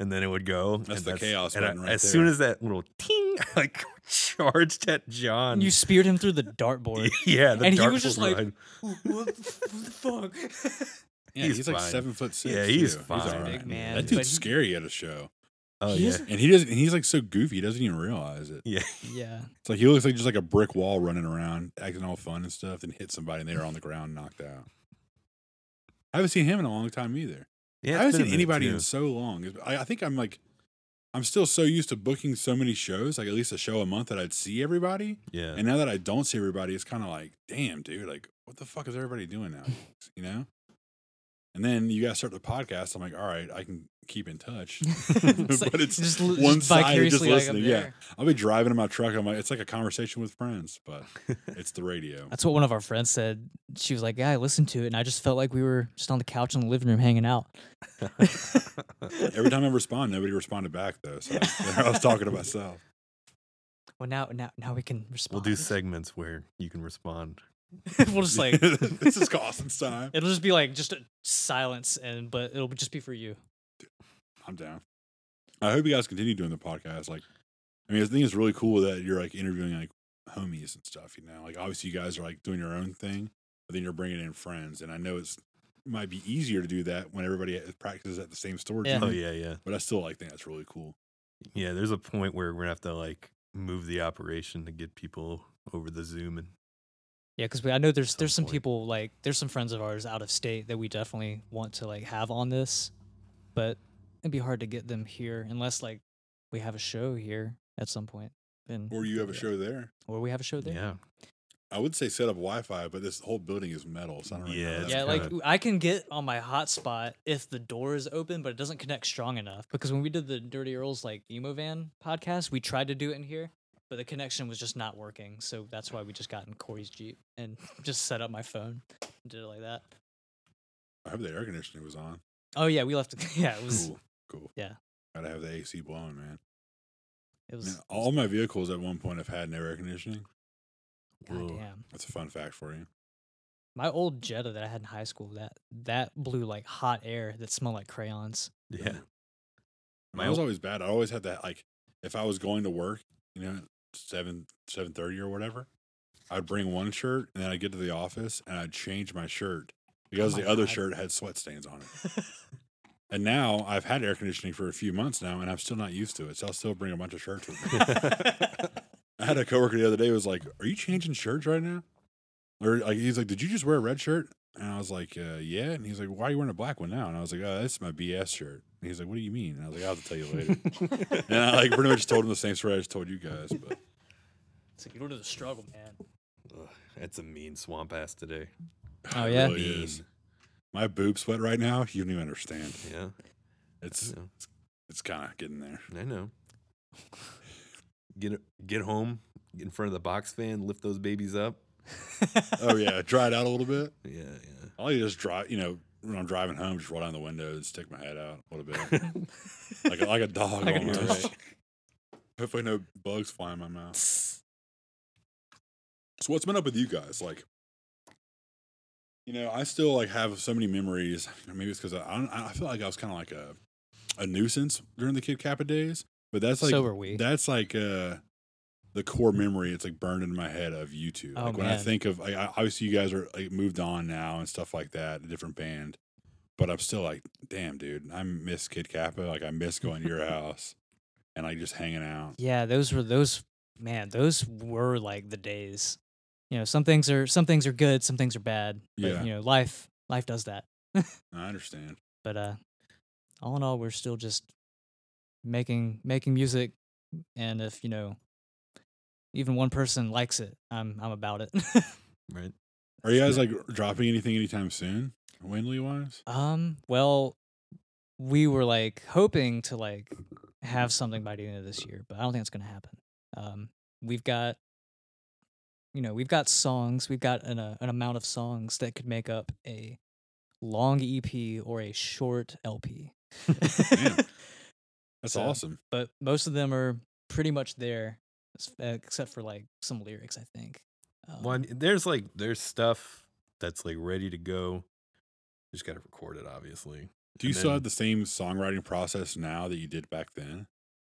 A: and then it would go.
C: That's
A: and
C: the chaos
A: and I-
C: button right
A: As soon
C: there.
A: as that little ting [LAUGHS] I like charged at John. [LAUGHS]
B: you speared him through the dartboard.
A: yeah, the
B: and he
A: dark
B: was just
A: little
B: like,
C: [LAUGHS]
A: ride.
B: Ooh, what, the, f- what the fuck?
C: Yeah,
A: He's
C: he's,
A: fine.
C: like seven foot six.
A: Yeah, he's
C: too.
A: fine.
C: all
B: Big
C: right.
B: man,
C: That
B: but
C: dude's
B: he-
C: scary at a show,
A: Oh
B: [LAUGHS] He
A: yeah.
B: isn't-
C: and he doesn't. He's like so goofy. He doesn't even realize it.
A: Yeah.
B: yeah.
C: It's like he looks like just like a brick wall running around, acting all fun and stuff, then hit somebody and they are on the ground, knocked out. I haven't seen him in a long time either.
A: Yeah,
C: I
A: it's been
C: haven't
A: a
C: seen
A: minute,
C: anybody
A: too.
C: in so long. It's- I, I think I'm like, I'm still so used to booking so many shows, like at least a show a month that I'd see everybody.
A: Yeah.
C: And now that I don't see everybody, it's kind of like, damn, dude, like, what the fuck is everybody
A: [LAUGHS]
C: doing now? You know? And then you guys start the podcast. I'm like, all right, I can keep
A: [LAUGHS]
C: in touch.
B: [LAUGHS]
C: But it's
B: li-
C: one side of just
B: vicariously, like, I'm
C: listening, yeah.
B: there.
C: I'll be driving in my truck. I'm like, it's like a conversation with friends, but it's the radio.
B: That's what one of our friends said. She was like, "Yeah, I listened to it, and I just felt like we were just on the couch in the living room hanging
C: [LAUGHS]
B: out."
C: Every time I respond, nobody responded back though. So I, I was talking to myself.
B: Well, now, now, now we can
A: [LAUGHS]
B: respond.
A: We'll do segments where you can respond.
B: [LAUGHS] we'll just like
C: [LAUGHS] this is Costin's time.
B: It'll just be like just a silence, and but it'll just be for you.
C: I'm down. I hope you guys continue doing the podcast. Like, I mean, I think it's really cool that you're like interviewing like homies and stuff. You know, like obviously you guys are like doing your own thing, but then you're bringing in friends. And I know it's might be easier to do that when everybody practices at the same storage
B: Yeah.
C: unit.
A: Oh yeah, yeah.
C: But I still like think that's really cool.
A: Yeah, there's a point where we're gonna have to like move the operation to get people over the Zoom and
B: Yeah, because I know there's
A: Some
B: there's some
A: point.
B: people like there's some friends of ours out of state that we definitely want to like have on this, but it'd be hard to get them here unless like we have a show here at some point. Then
C: Or you have a show there.
B: or we have a show there.
A: yeah.
C: I would say set up Wi-Fi, but this whole building is metal, so I don't really
A: Yeah,
C: know.
A: it's
B: Yeah,
C: that's
B: like
A: kinda-
B: I can get on my hotspot if the door is open, but it doesn't connect strong enough. Because when we did the Dirty Earls like emo van podcast, we tried to do it in here, but the connection was just not working. So that's why we just got in Corey's Jeep and [LAUGHS] just set up my phone and did it like that.
C: I hope the air conditioning was on.
B: Oh yeah, we left. It, [LAUGHS] yeah, it was
C: Cool, cool.
B: yeah.
C: gotta have the AC blowing, man.
B: it
C: Man,
B: was
C: all my vehicles at one point have had no air conditioning.
A: Whoa.
B: goddamn.
C: That's a fun fact for you.
B: My old Jetta that I had in high school that that blew like hot air that smelled like
C: [LAUGHS]
B: crayons.
A: Yeah.
C: Mine
A: My
C: was
A: ol-
C: always bad. I always had that like if I was going to work, you know, seven seven thirty or whatever, I'd bring one shirt and then I'd get to the office and I'd change my shirt because
B: Oh my
C: the other
B: God.
C: shirt had sweat stains on it.
B: [LAUGHS]
C: And now I've had air conditioning for a few months now and I'm still not used to it. So I'll still bring a bunch of shirts with me. I had a coworker the other day who was like, Are you changing shirts right now? Or like he's like, Did you just wear a red shirt? And I was like, uh, yeah. And he's like, Why are you wearing a black one now? And I was like, Oh, that's my BS shirt. And he's like, What do you mean? And I was like, I'll have to tell you later. And I like pretty much told him the same story I just told you guys. But [SIGHS]
B: It's like you don't know the struggle, man.
A: Ugh, [LAUGHS] that's a mean swamp ass today.
B: Oh
C: it
B: yeah,
C: really is. My boob sweat right now, you don't even understand.
A: Yeah.
C: It's
A: I know.
C: it's kind of getting there.
A: I know. Get get home, get in front of the box fan, lift those babies up.
C: Oh yeah, dry it out a little bit.
A: Yeah, yeah.
C: I'll just drive, you know, when I'm driving home, just roll down the window and stick my head out a little
B: [LAUGHS]
C: bit, like a, like a dog
B: Like a
C: almost.
B: dog.
C: [LAUGHS] Hopefully, no bugs fly in my mouth. So what's been up with you guys? Like, You know, I still like have so many memories. Maybe it's because I, I don't- I feel like I was kind of like a a nuisance during the Kid Kappa days. But that's like
B: so were we.
C: that's like uh the core memory. It's like burned in my head of you two.
B: Oh,
C: like when I
B: man.
C: think of like, I, obviously you guys are like moved on now and stuff like that, a different band. But I'm still like, damn, dude, I miss Kid Kappa. Like I miss going
A: [LAUGHS]
C: to your house and like just hanging out.
B: yeah, those were those. Man, those were like the days. You know, some things are some things are good, some things are bad. But,
C: Yeah.
B: You know, life life does that.
C: I understand.
B: But uh, all in all, we're still just making making music, and if you know, even one person likes it, I'm I'm about it. [LAUGHS]
A: right?
C: Are you guys like dropping anything anytime soon, Windley wise?
B: Um, well, we were like hoping to like have something by the end of this year, but I don't think it's gonna happen. Um, we've got, you know, we've got songs, we've got an uh, an amount of songs that could make up a long EP or a short
A: [LAUGHS]
B: LP.
C: That's
B: So-
C: awesome.
B: [LAUGHS] but most of them are pretty much there, s- except for like some lyrics, I think. Um,
A: Well, I mean, there's like there's stuff that's like ready to go. Just gotta record it, obviously.
C: Do you
A: And
C: still
A: then
C: have the same songwriting process now that you did back then?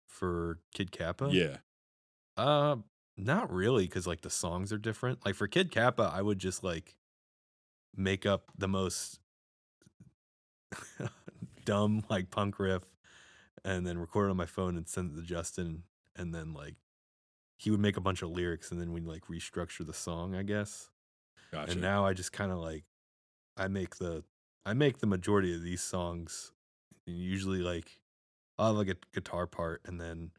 A: for Kid Kappa?
C: yeah.
A: Uh, not really, because like the songs are different. Like for Kid Kappa, I would just like make up the most [LAUGHS] dumb like punk riff, and then record it on my phone and send it to Justin, and then like he would make a bunch of lyrics, and then we'd like restructure the song, I guess.
C: Gotcha.
A: And now I just kind of like I make the I make the majority of these songs and usually like I'll have like a guitar part and then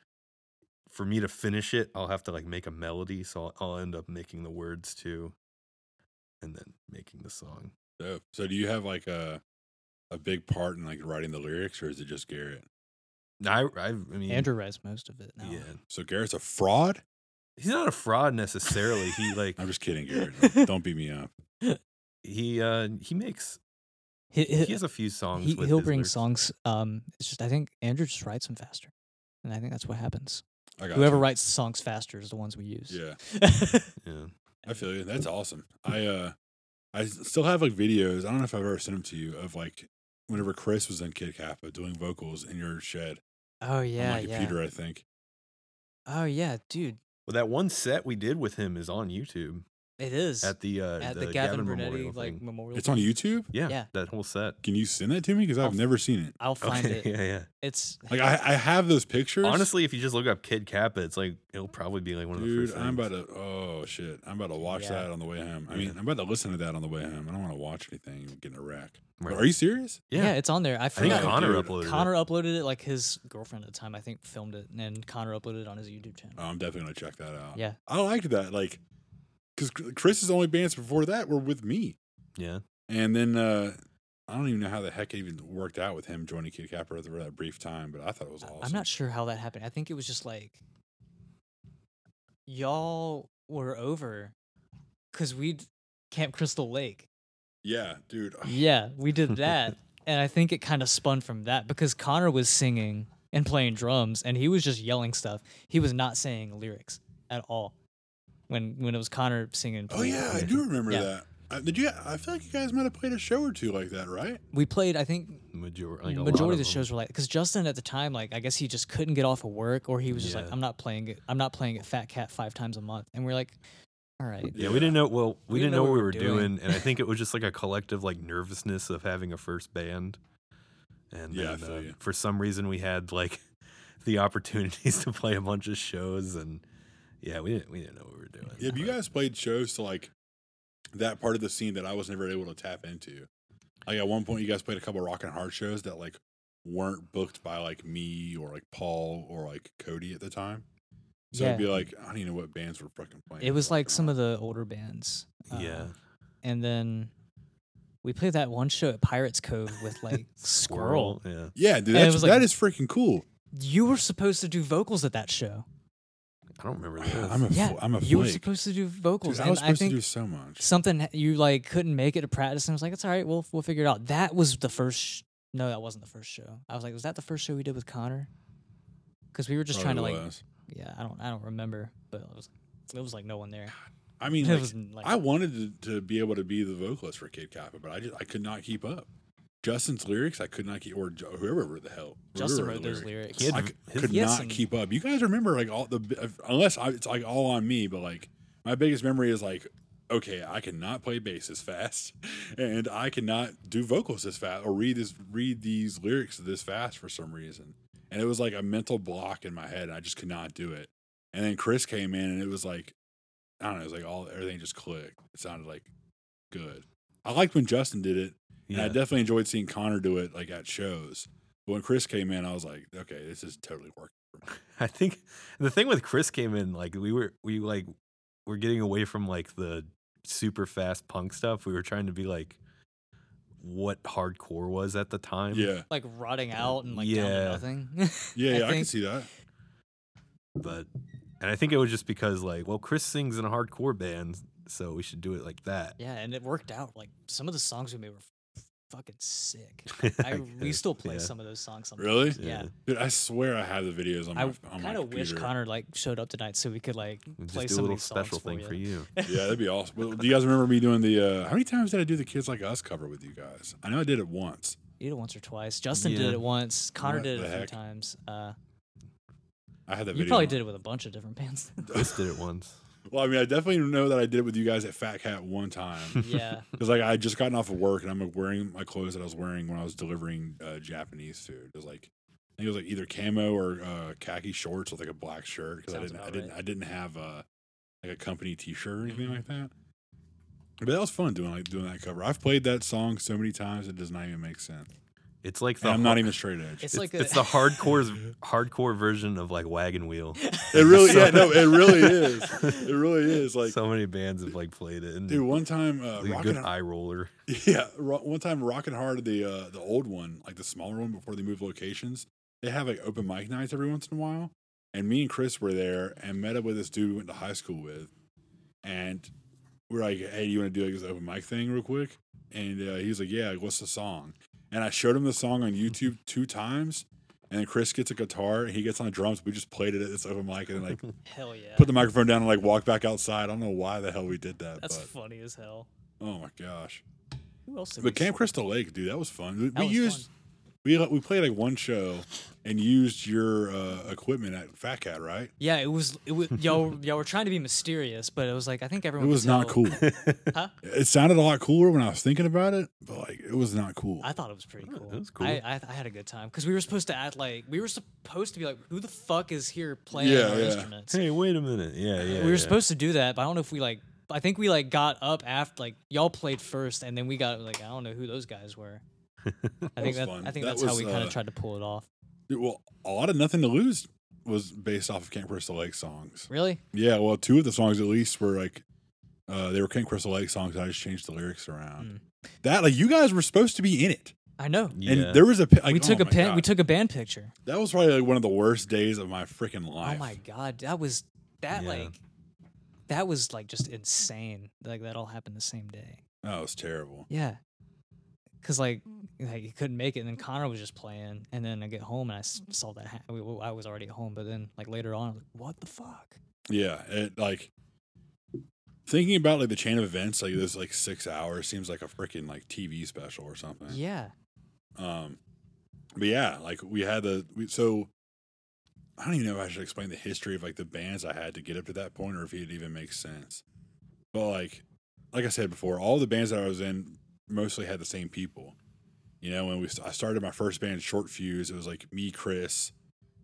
A: for me to finish it I'll have to like make a melody so I'll, I'll end up making the words too and then making the song.
C: Dope. So do you have like a a big part in like writing the lyrics or is it just Garrett?
A: I I, I mean
B: Andrew writes most of it now.
A: E yeah.
C: So Garrett's a fraud?
A: He's not a fraud necessarily.
B: [LAUGHS]
A: He like
C: I'm just kidding, Garrett. Don't, don't beat me up.
A: he uh he makes
B: He-
A: he
B: he-
A: has a few songs
B: he,
A: with
B: he'll
A: his
B: bring
A: lyrics.
B: songs um it's just i think andrew just writes them faster and i think that's what happens
C: I got
B: whoever
C: you.
B: writes the songs faster is the ones we use [LAUGHS]
C: Yeah.
A: Yeah.
C: I feel you. That's awesome. I uh I s- still have like videos. I don't know if I've ever sent them to you of like whenever Chris was in Kid Kappa doing vocals in your shed
B: oh
C: on
B: yeah
C: my
B: yeah
C: computer, I think.
B: oh yeah dude
A: Well that one set we did with him is on YouTube.
B: it is
A: at the uh,
B: At
A: the,
B: gavin,
A: Gavin,
B: brunetti
A: Memorial
B: like
A: thing.
B: memorial
C: It's on
B: thing.
C: YouTube?
A: Yeah,
B: yeah.
A: that whole set. [LAUGHS]
C: Can you send that to me? Because
B: I'll
C: I've
B: f-
C: never seen it.
B: i'll find
A: okay,
B: it
A: yeah, yeah.
B: it's
C: Like I, I have those pictures.
A: Honestly, if you just look up Kid Kappa, it's like it'll probably be like one of the
C: Dude,
A: first.
C: I'm
A: things.
C: about to. Oh shit! I'm about to watch
B: Yeah.
C: that on the way home. I mean,
A: Yeah.
C: I'm about to listen to that on the way home. I don't want to watch anything. and get in a wreck. But
A: Right.
C: Are you serious?
B: yeah.
A: Yeah,
B: it's on there i
A: I think
B: forgot
A: Connor
C: dude,
A: uploaded
B: Connor
A: it.
B: uploaded it like his girlfriend at the time i think filmed it and then connor uploaded it on his youtube channel
C: Oh,
A: Uh,
C: I'm definitely gonna check that out.
B: yeah
C: I liked that. Like, because Chris's only bands before that were with me,
A: Yeah,
C: and then uh I don't even know how the heck it even worked out with him joining Kid Capra for that brief time. But I thought it was
B: I-
C: awesome.
B: I'm not sure how that happened. I think it was just like y'all were over because we'd Camp Crystal Lake.
C: Yeah, dude.
B: Yeah, we did
C: [LAUGHS]
B: that. and I think it kind of spun from that because Connor was singing and playing drums and he was just yelling stuff. He was not saying lyrics at all. When when it was Connor singing, and
C: Oh
B: playing.
C: yeah, I do remember
B: Yeah.
C: that. Uh, did you? I feel like you guys might have played a show or two like that, right?
B: we played. I think
A: majority like a lot
B: majority of the
A: them.
B: shows were like because Justin at the time, like I guess he just couldn't get off of work, or he was just like,
A: Yeah.
B: I'm not playing it. I'm not playing at Fat Cat five times a month, and we're like, all right,
A: Yeah, we didn't know. Well, we, didn't know what we were doing.
B: doing.
A: and I think
B: [LAUGHS]
A: it was just like a collective like nervousness of having a first band. And
C: Yeah, I
A: then,
C: feel
A: uh,
C: you.
A: for some reason, we had like [LAUGHS] the opportunities [LAUGHS] to play a bunch of shows, and yeah, we didn't we didn't know what we were doing.
C: Yeah, but you
A: but-
C: guys played shows to like that part of the scene that I was never able to tap into. Like at one point, you guys played a couple rock and hard shows that like weren't booked by like me or like Paul or like Cody at the time. So
B: yeah.
C: it'd be like I don't even know what bands were fucking playing.
B: it was like some of the older bands. uh,
A: yeah,
B: and then we played that one show at Pirates Cove with
A: [LAUGHS]
B: like Squirrel.
A: yeah.
C: yeah, dude.
B: and it
C: That's,
B: was, like-
C: that is freaking cool. [SIGHS]
B: You were supposed to do vocals at that show.
A: I don't remember this.
C: [SIGHS] I'm a
B: Yeah,
C: fl- I'm a
B: you were
C: flake.
B: supposed to do vocals,
C: Dude, I
B: and
C: was
B: I
C: supposed
B: think
C: to do so much.
B: something ha- you like couldn't make it to practice, and I was like, it's all right, we'll we'll figure it out. That was the first. Sh- no, that wasn't the first show. I was like, was that the first show we did with Connor? Because we were just trying to
C: Probably
B: like,
C: Oh, was.
B: yeah, I don't I don't remember, but it was it was like no one there.
C: I mean,
B: [LAUGHS] It
C: like,
B: was, like-
C: I wanted to, to be able to be the vocalist for Kid Kappa, but I just I could not keep up. Justin's lyrics, I could not keep, or Jo- whoever wrote the hell.
B: Justin
C: whoever
B: wrote
C: the
B: those lyrics.
C: lyrics.
A: Kid-
C: I
A: His-
C: c- could
B: Yes,
C: not
B: and-
C: keep up. You guys remember like all the bi- unless I, it's like all on me, but like my biggest memory is like, okay, I cannot play bass as fast, [LAUGHS] and I cannot do vocals this fast or read this read these lyrics this fast for some reason, and it was like a mental block in my head. And I just could not do it, and then Chris came in, and it was like, I don't know, it was like all everything just clicked. It sounded like good. I liked when Justin did it. And I
A: Yeah.
C: definitely enjoyed seeing Connor do it like at shows. But when Chris came in, I was like, okay, this is totally working. for me.
A: [LAUGHS] I think the thing with Chris came in like we were we like we're getting away from like the super fast punk stuff. We were trying to be like what hardcore was at the time.
C: Yeah.
B: [LAUGHS] like rotting out and like down to
A: Yeah.
B: nothing. [LAUGHS]
C: Yeah, yeah, I, can
B: think-
C: see that.
A: But and I think it was just because like well Chris sings in a hardcore band, so we should do it like that. [LAUGHS]
B: Yeah, and it worked out. Like some of the songs we made were f- fucking sick. I, we
A: guess,
B: still play
A: yeah.
B: some of those songs. Sometimes.
C: Really?
B: Yeah.
C: Dude, I swear I have the videos on my,
B: I
C: on my
B: kind of wish
C: computer.
B: Connor like showed up tonight so we could like
A: Just do
B: play
A: a
B: some of
A: little
B: these songs
A: special thing
B: for
A: for
B: [LAUGHS]
A: you.
C: yeah, that'd be awesome. Well, do you guys remember me doing the, uh, how many times did I do the Kids Like Us cover with you guys? I know I did it once.
B: You did it once or twice. Justin
A: Yeah.
B: did it once. Connor
C: What
B: did it
C: the
B: a few
C: heck?
B: times. Uh,
C: I had that
B: you
C: video.
B: probably did it with a bunch of different [LAUGHS]
C: [LAUGHS]
B: bands.
A: Chris did it once.
C: Well, I mean, I definitely know that I did it with you guys at Fat Cat one time.
B: yeah,
C: Because like I had just gotten off of work and I'm like, wearing my clothes that I was wearing when I was delivering uh, Japanese food. It was like I think it was like either camo or uh, khaki shorts with like a black shirt because I
B: Sounds
C: didn't I
B: about
C: didn't
B: right.
C: I didn't have uh, like a company T-shirt or anything like that. But that was fun doing like doing that cover. I've played that song so many times it does not even make sense.
A: It's like the
C: And I'm not
A: har-
C: even straight edge.
B: it's,
A: it's,
B: like a,
A: it's the
C: [LAUGHS]
A: hardcore's hardcore version of like Wagon Wheel.
C: it really yeah no it really is it really is like
A: so many bands have like played it and
C: dude one time uh,
A: it's like a
C: Rocket
A: good eye roller.
C: Yeah, ro- one time Rockin' Hard, the uh, the old one, like the smaller one before they moved locations, they have like open mic nights every once in a while. And me and Chris were there and met up with this dude we went to high school with, and we're like, "Hey, you want to do like this open mic thing real quick?" And uh, he was like, "Yeah, like, what's the song?" And I showed him the song on YouTube two times, and then Chris gets a guitar, and he gets on drums. We just played it at this open mic, and then, like
B: hell yeah.
C: put the microphone down and like walked back outside. I don't know why the hell we did that,
B: That's
C: but
B: funny as hell.
C: oh my gosh.
B: Who else? did we
C: But Camp
B: play?
C: Crystal Lake, dude, that was fun. We,
B: That
C: we
B: was
C: used
B: fun.
C: we we played like one show and used your uh, equipment at Fat Cat, right?
B: Yeah, it was. It was y'all. Y'all were trying to be mysterious, but it was like I think
C: It
B: everyone. could
C: was not
B: tell-
C: cool.
B: [LAUGHS] Huh?
C: It sounded a lot cooler when I was thinking about it, but like it was not cool.
B: I thought it was pretty cool.
A: it was cool.
B: I, I, I had a good time because we were supposed to act like we were supposed to be like, who the fuck is here playing
C: Yeah,
B: our
A: [LAUGHS]
C: yeah.
B: instruments?
A: Hey, wait a minute. Yeah, yeah.
B: we were
A: yeah.
B: supposed to do that, but I don't know if we like. I think we like got up after like y'all played first, and then we got like I don't know who those guys
C: [LAUGHS]
B: were. I think
C: was
B: that,
C: fun.
B: I think
C: That
B: that's how
C: was,
B: we kind
C: uh,
B: of tried to pull it off.
C: Dude, well, a lot of nothing to lose was based off of Camp Crystal Lake songs.
B: Really?
C: Yeah, well, two of the songs at least were like uh, they were Camp Crystal Lake songs. And I just changed the lyrics around.
B: Hmm.
C: That like you guys were supposed to be in it,
B: I know.
A: Yeah.
C: and there was a pi- like,
B: we
C: oh
B: took a
C: my
B: pen. We
C: God.
B: took a band picture.
C: that was probably like one of the worst days of my freaking life.
B: Oh my god, that was that
A: Yeah.
B: like that was like just insane. Like that all happened the same day.
C: that was Oh, terrible.
B: Yeah. Cause like, like he couldn't make it, and then Connor was just playing, and then I get home and I s- saw that ha- we- we- I was already at home, but then like later on, I'm like, what the fuck?
C: Yeah, it like thinking about like the chain of events, like this like six hours seems like a freaking like TV special or something.
B: Yeah,
C: Um, but yeah, like we had the we, so I don't even know if I should explain the history of like the bands I had to get up to that point, or if it even makes sense. But like, like I said before, all the bands that I was in mostly had the same people. You know, when we I started my first band, Short Fuse, it was like me, Chris,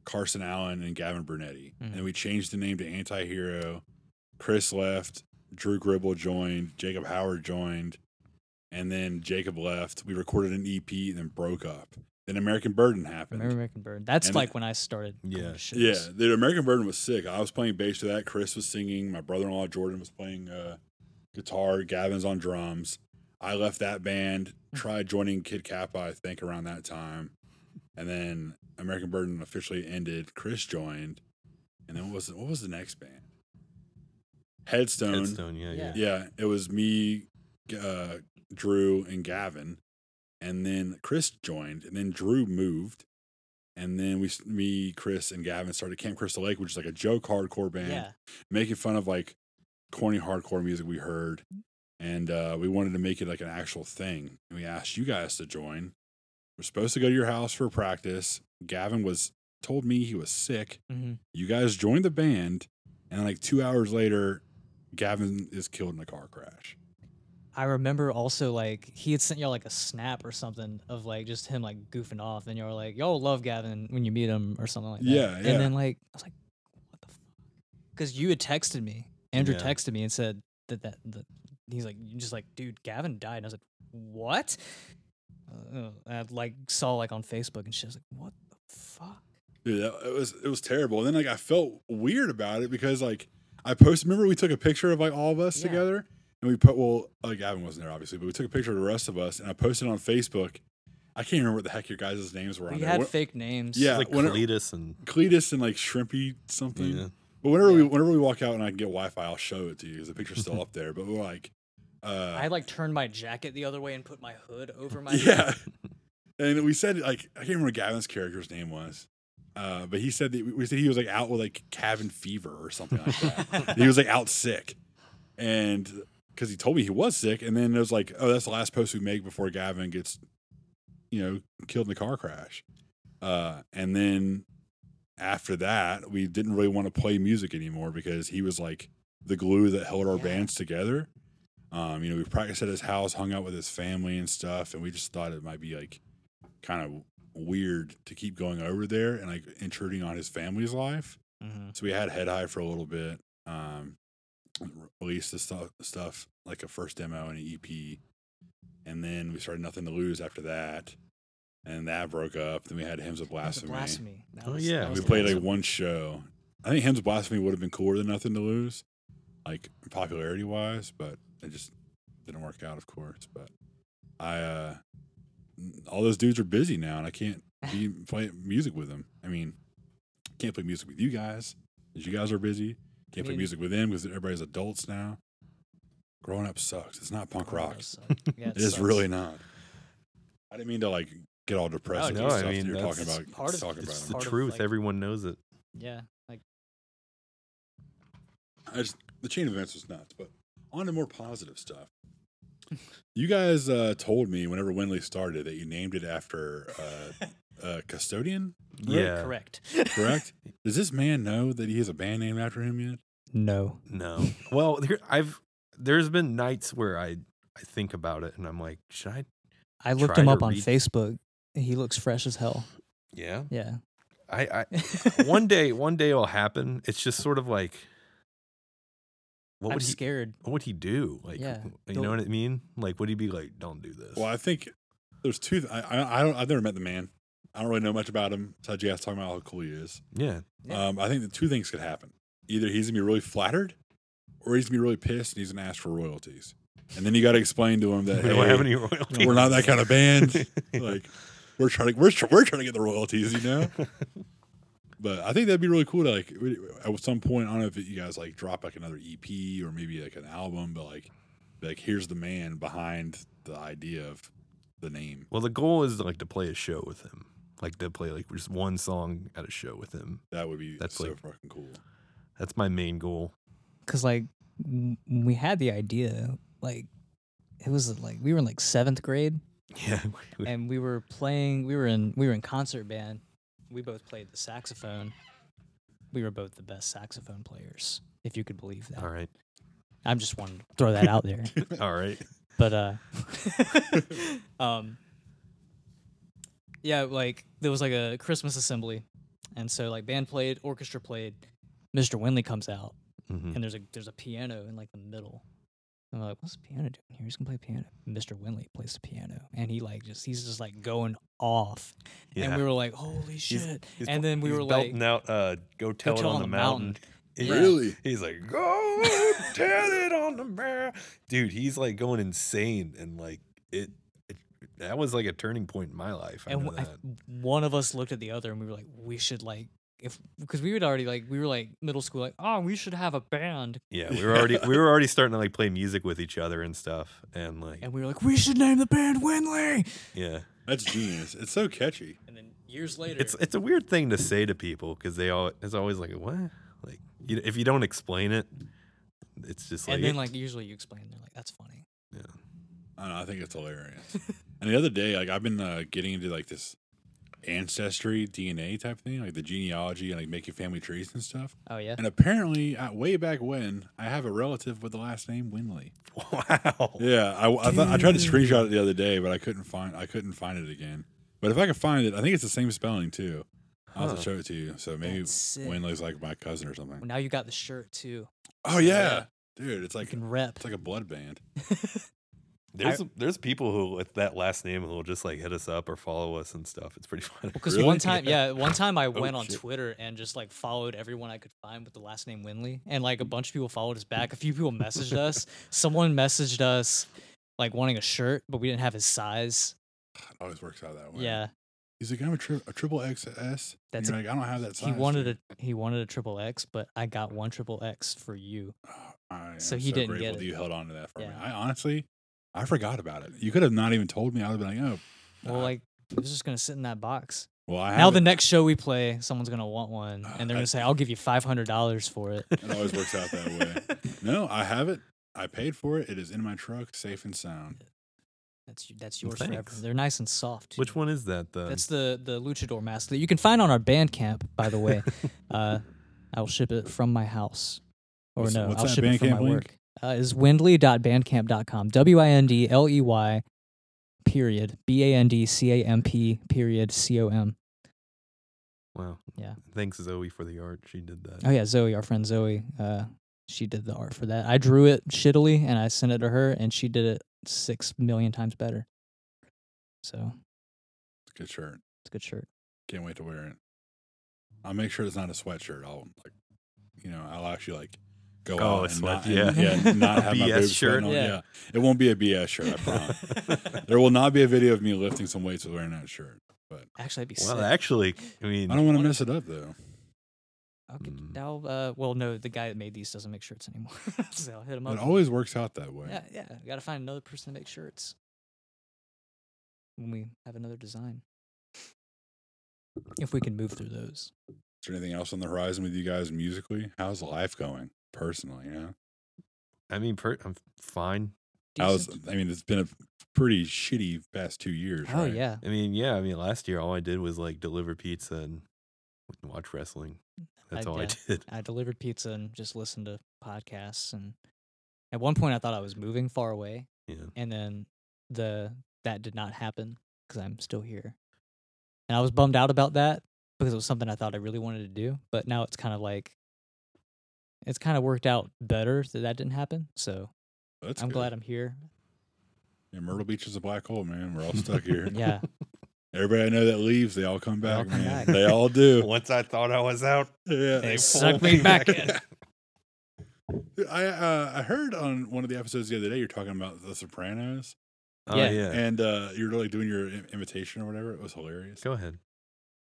C: Carson Allen, and Gavin Brunetti,
B: Mhm.
C: and we changed the name to Antihero. Chris left, Drew Gribble joined, Jacob Howard joined, and then Jacob left. We recorded an EP and then broke up. Then American Burden happened.
B: remember American Bird? That's
C: And-
B: like when I started. going
A: Yeah.
B: to shows.
C: Yeah, the American Burden was sick. I was playing bass to that. Chris was singing. My brother-in-law Jordan was playing uh, guitar. Gavin's on drums. I left that band. Tried joining Kid Kappa, I think, around that time, and then American Burden officially ended. Chris joined, and then what was what was the next band? Headstone.
A: Headstone, yeah,
B: Yeah.
A: yeah.
C: Yeah, it was me, uh, Drew, and Gavin, and then Chris joined, and then Drew moved, and then we, s- me, Chris, and Gavin started Camp Crystal Lake, which is like a joke hardcore band,
B: yeah.
C: making fun of like corny hardcore music we heard, and uh, we wanted to make it like an actual thing. And we asked you guys to join. We're supposed to go to your house for practice. Gavin was told me he was sick.
B: Mhm.
C: You guys joined the band, and like two hours later, Gavin is killed in a car crash.
B: I remember also like he had sent y'all like a snap or something of like just him like goofing off, and y'all were like, "Y'all love Gavin when you meet him" or something like that.
C: Yeah, yeah.
B: And then like I was like, "What the fuck?" Because you had texted me, Andrew
A: Yeah.
B: texted me and said that that, that he's like you just like dude, Gavin died, and I was like, "What?" Uh, and I like saw like on Facebook and shit. I was like, "What the fuck?"
C: Dude, that, it was it was terrible. And then like I felt weird about it because like I posted. Remember we took a picture of like all of us
B: Yeah.
C: together, and we put well, like Gavin wasn't there obviously, but we took a picture of the rest of us, and I posted on Facebook. I can't remember what the heck your guys' names were on
B: We
C: there.
B: had
C: When-
B: fake names.
C: Yeah,
A: It's like
C: when-
A: Cletus and
C: Cletus and like Shrimpy something.
A: Yeah.
C: But whenever we
B: Yeah.
C: whenever we walk out and I can get Wi-Fi, I'll show it to you because the picture's
B: [LAUGHS]
C: still up there. But we're like, uh,
B: I like turned my jacket the other way and put my hood over my
C: [LAUGHS] yeah. And we said like I can't remember what Gavin's character's name was, uh, but he said that we said he was like out with like cabin fever or something like that. he was like out sick, and because he told me he was sick, and then it was like, oh, that's the last post we make before Gavin gets, you know, killed in the car crash, uh, and then after that we didn't really want to play music anymore because he was like the glue that held our
B: Yeah.
C: bands together. Um, you know, we practiced at his house, hung out with his family and stuff, and we just thought it might be like kind of weird to keep going over there and like intruding on his family's life.
A: Mm-hmm.
B: hmm
C: So we had head high for a little bit. Um, re- released the stuff, stuff like a first demo and an EP, and then we started nothing to lose after that, and that broke up. Then we had hymns of
B: That's a
C: blasphemy.
B: blasphemy. That
A: Oh,
B: was-
A: yeah,
B: that was
C: We
B: the
C: played
B: last
C: like one show. I think hymns of blasphemy would have been cooler than nothing to lose, like popularity wise, but it just didn't work out, of course. But I, uh, all those dudes are busy now, and
B: [SIGHS]
C: I can't be playing music with them. I mean, can't play music with you guys because you guys are busy. Can't play
B: mean-
C: music with them because everybody's adults now. Growing up sucks. It's not punk rock.
B: Gross.
A: [LAUGHS]
B: Like, uh, yeah,
C: It is
B: sucks.
C: really not. I didn't mean to like get all depressed.
B: Oh,
C: and
A: no,
C: stuff
A: I
C: that
A: mean,
C: you're
A: that's-
C: talking
B: it's
C: about.
B: part of-
C: talking
B: it's
C: about.
A: it's the
B: part of,
A: truth.
B: like-
A: Everyone knows it.
B: Yeah. Like
C: I just the chain of events was nuts, but on to more positive stuff. You guys uh, told me whenever Winley started that you named it after uh, a custodian,
A: Yeah.
B: correct.
C: [LAUGHS] correct? Does this man know that he has a band named after him yet?
B: [LAUGHS] No.
A: No. Well, there, I've there's been nights where I I think about it and I'm like, should I?
B: I looked
A: Try
B: him
A: to
B: up on
A: read-
B: Facebook. He looks fresh as hell.
A: Yeah.
B: Yeah.
A: I,
B: [LAUGHS]
A: I [LAUGHS] one day one day it'll happen. It's just sort of like what
B: I'm
A: would he
B: scared.
A: what would he do? Like
B: Yeah,
A: you
B: don't-
A: know what I mean? Like would he be like, don't do this?
C: Well, I think there's two. I, I, I don't. I've never met the man. I don't really know much about him. So you guys talking about how cool he is. [LAUGHS]
A: yeah.
B: Yeah.
C: Um, I think that two things could happen. Either he's gonna be really flattered, or he's gonna be really pissed and he's gonna ask for royalties. And then you got to explain to him that
A: we don't have
C: hey,
A: any royalties.
C: we're not that kind
A: [LAUGHS]
C: of [LAUGHS] band. like we're trying to we're, tr- we're trying to get the royalties, you
A: [LAUGHS]
C: know. but I think that'd be really cool to like really- at some point. I don't know if you guys like drop like another EP or maybe like an album, but like like here's the man behind the idea of the name.
A: Well, the goal is like to play a show with him. Like to play like just one song at a show with him.
C: That would be
A: That's
C: so
A: like-
C: fucking cool.
A: That's my main goal. [LAUGHS]
B: Because, like, w- when we had the idea, like, it was like we were in like seventh grade [LAUGHS]
A: Yeah. we-
B: and we were playing, we were in, we were in concert band. We both played the saxophone. We were both the best saxophone players, if you could believe that.
A: all right.
B: I'm just wanting to throw that out there.
A: All right.
B: but uh um yeah like there was like a christmas assembly and so like band played orchestra played mr winley comes out
A: Mhm.
B: and there's a there's a piano in like the middle and i'm like what's the piano doing here he's gonna play piano mr winley plays the piano and he like just he's just like going off and
A: Yeah.
B: we were like holy shit
A: He's-
B: and then we
A: he's
B: were like
A: belting out, uh, "Go tell it
B: Tell
A: on, the, mountain."
B: Yeah.
C: Really?
A: He's like, "Go tell it on the mountain," dude. He's like going insane, and like it, it. That was like a turning point in my life. I
B: and
A: know
B: w- I-
A: that.
B: one of us looked at the other and we were like we should like if because we would already like we were like middle school like oh we should have a band
A: yeah, we
B: [LAUGHS]
A: were already we were already starting to like play music with each other and stuff, and like
B: and we were like we should name the band Winley
A: yeah,
C: That's genius. it's so catchy.
B: and then years later
A: it's it's a weird thing to say to people because they all it's always like what like you, if you don't explain it, it's just like,
B: and then like usually you explain, they're like, "That's funny."
C: I, don't know, I think it's hilarious. and the other day, like I've been uh, getting into like this ancestry DNA type thing, like the genealogy and like making family trees and stuff.
B: Oh yeah,
C: And apparently, uh, way back when, I have a relative with the last name Winley.
A: [LAUGHS] wow.
C: Yeah, I, I, thought, I tried to
B: Dude.
C: screenshot it the other day, but I couldn't find I couldn't find it again. But if I could find it, I think it's the same spelling too. I'll have
A: Huh.
C: to show it to you. So maybe
B: That's sick.
C: Winley's like my cousin or
B: Well,
C: something.
B: now you got the shirt too.
C: Oh yeah, dude, it's
B: You
C: like
B: can rep.
C: it's like a blood band.
A: There's there's people who with that last name who will just like hit us up or follow us and stuff. It's pretty [LAUGHS] funny.
B: Because
C: Really?
B: one time, yeah. one time I went on
A: shit.
B: Twitter and just like followed everyone I could find with the last name Winley, and like a bunch of people followed us back. A few people messaged us. Someone messaged us like wanting a shirt, but we didn't have his size.
C: It always works out that way.
B: Yeah,
C: he's like I'm a, tri- a triple XS. That's
B: That's
C: you're
B: a-
C: like I don't have that size.
B: he wanted a he wanted a triple X, but I got one triple X for you.
C: Oh, I am
B: so he didn't
C: grateful
B: get
C: that
B: it.
C: You held on to that for me.
B: Yeah.
C: I honestly, I forgot about it. You could have not even told me. I would have been like, oh,
B: Well,
C: nah.
B: like it was just gonna sit in that box.
C: well, I
B: now
C: have
B: the
C: it.
B: next show we play, someone's gonna want one,
C: Ah,
B: and they're
C: I-
B: gonna say, "I'll give you five hundred dollars for it."
C: It always works out that way. No, I have it. I paid for it. It is in my truck, safe and sound.
B: That's y- that's
A: Well,
B: yours forever.
A: thanks.
B: They're nice and soft. too.
A: [LAUGHS] Which one is that then?
B: That's the the luchador mask that you can find on our Bandcamp, by the
C: [LAUGHS]
B: way. uh, I'll ship it from my house, or
C: What's-
B: no,
C: what's
B: I'll
C: that
B: ship it from
C: Bandcamp
B: my
C: link?
B: work. Uh, is windley.bandcamp.com. W i n d l e y period b a n d c a m p period c o m.
A: wow.
B: Yeah.
A: Thanks Zoe for the art. She did that.
B: Oh yeah, Zoe, our friend Zoe. Uh, she did the art for that. I drew it shittily, and I sent it to her, and she did it six million times better. So
C: It's a good shirt.
B: it's a good shirt.
C: Can't wait to wear it. I'll make sure it's not a sweatshirt. I'll like, you know, I'll actually like go
A: Oh,
C: out
A: a
C: and
A: sweat-
C: not, and-
B: yeah.
C: yeah, not
A: [LAUGHS] A
C: have my
A: BS
C: boobs
A: shirt,
C: sweating on.
B: yeah.
C: yeah, it won't be a BS shirt. [LAUGHS] I promise.
A: [LAUGHS]
C: there will not be a video of me lifting some weights with wearing that shirt.
B: Actually, I'd be
A: well,
B: sick.
A: actually, I mean,
C: I don't want to mess it up though.
B: I'll get
C: Mm-hmm.
A: Mm.
B: now. Uh, well, no, the guy that made these doesn't make shirts anymore, [LAUGHS] so I'll hit him
C: It
B: up.
C: always works out that way.
B: yeah, yeah. Got to find another person to make shirts when we have another design. If we can move through those,
C: Is there anything else on the horizon with you guys musically? How's life going personally? Yeah.
A: I mean, per- I'm fine.
C: How's
B: Decent.
C: I mean, it's been a pretty shitty past two years.
B: Oh
C: right?
B: yeah,
A: I mean, yeah. I mean, last year all I did was like deliver pizza and watch wrestling. That's
B: I-
A: all
B: yeah.
A: I did.
B: I delivered pizza and just listened to podcasts. And at one point, I thought I was moving far away,
A: Yeah.
B: and then the that did not happen because I'm still here. And I was bummed out about that because it was something I thought I really wanted to do, but now it's kind of like it's kind of worked out better that that didn't happen. So
C: That's
B: I'm
C: good.
B: glad I'm
C: [LAUGHS]
B: here.
C: Yeah, Myrtle Beach is a black hole, man.
B: [LAUGHS]
C: We're all stuck here.
B: Yeah,
C: Everybody I know that leaves, they all come
B: They all
C: back,
B: come back.
C: man. They all
A: [LAUGHS]
C: do.
A: Once I thought I was out,
B: [LAUGHS]
C: Yeah.
B: they
A: pulled
B: sucked me back in.
C: I uh, I heard on one of the episodes the other day you're talking about The Sopranos,
A: [LAUGHS] Oh yeah.
B: Yeah.
C: and uh, you're like doing your Im- imitation or whatever. It was hilarious.
A: Go ahead.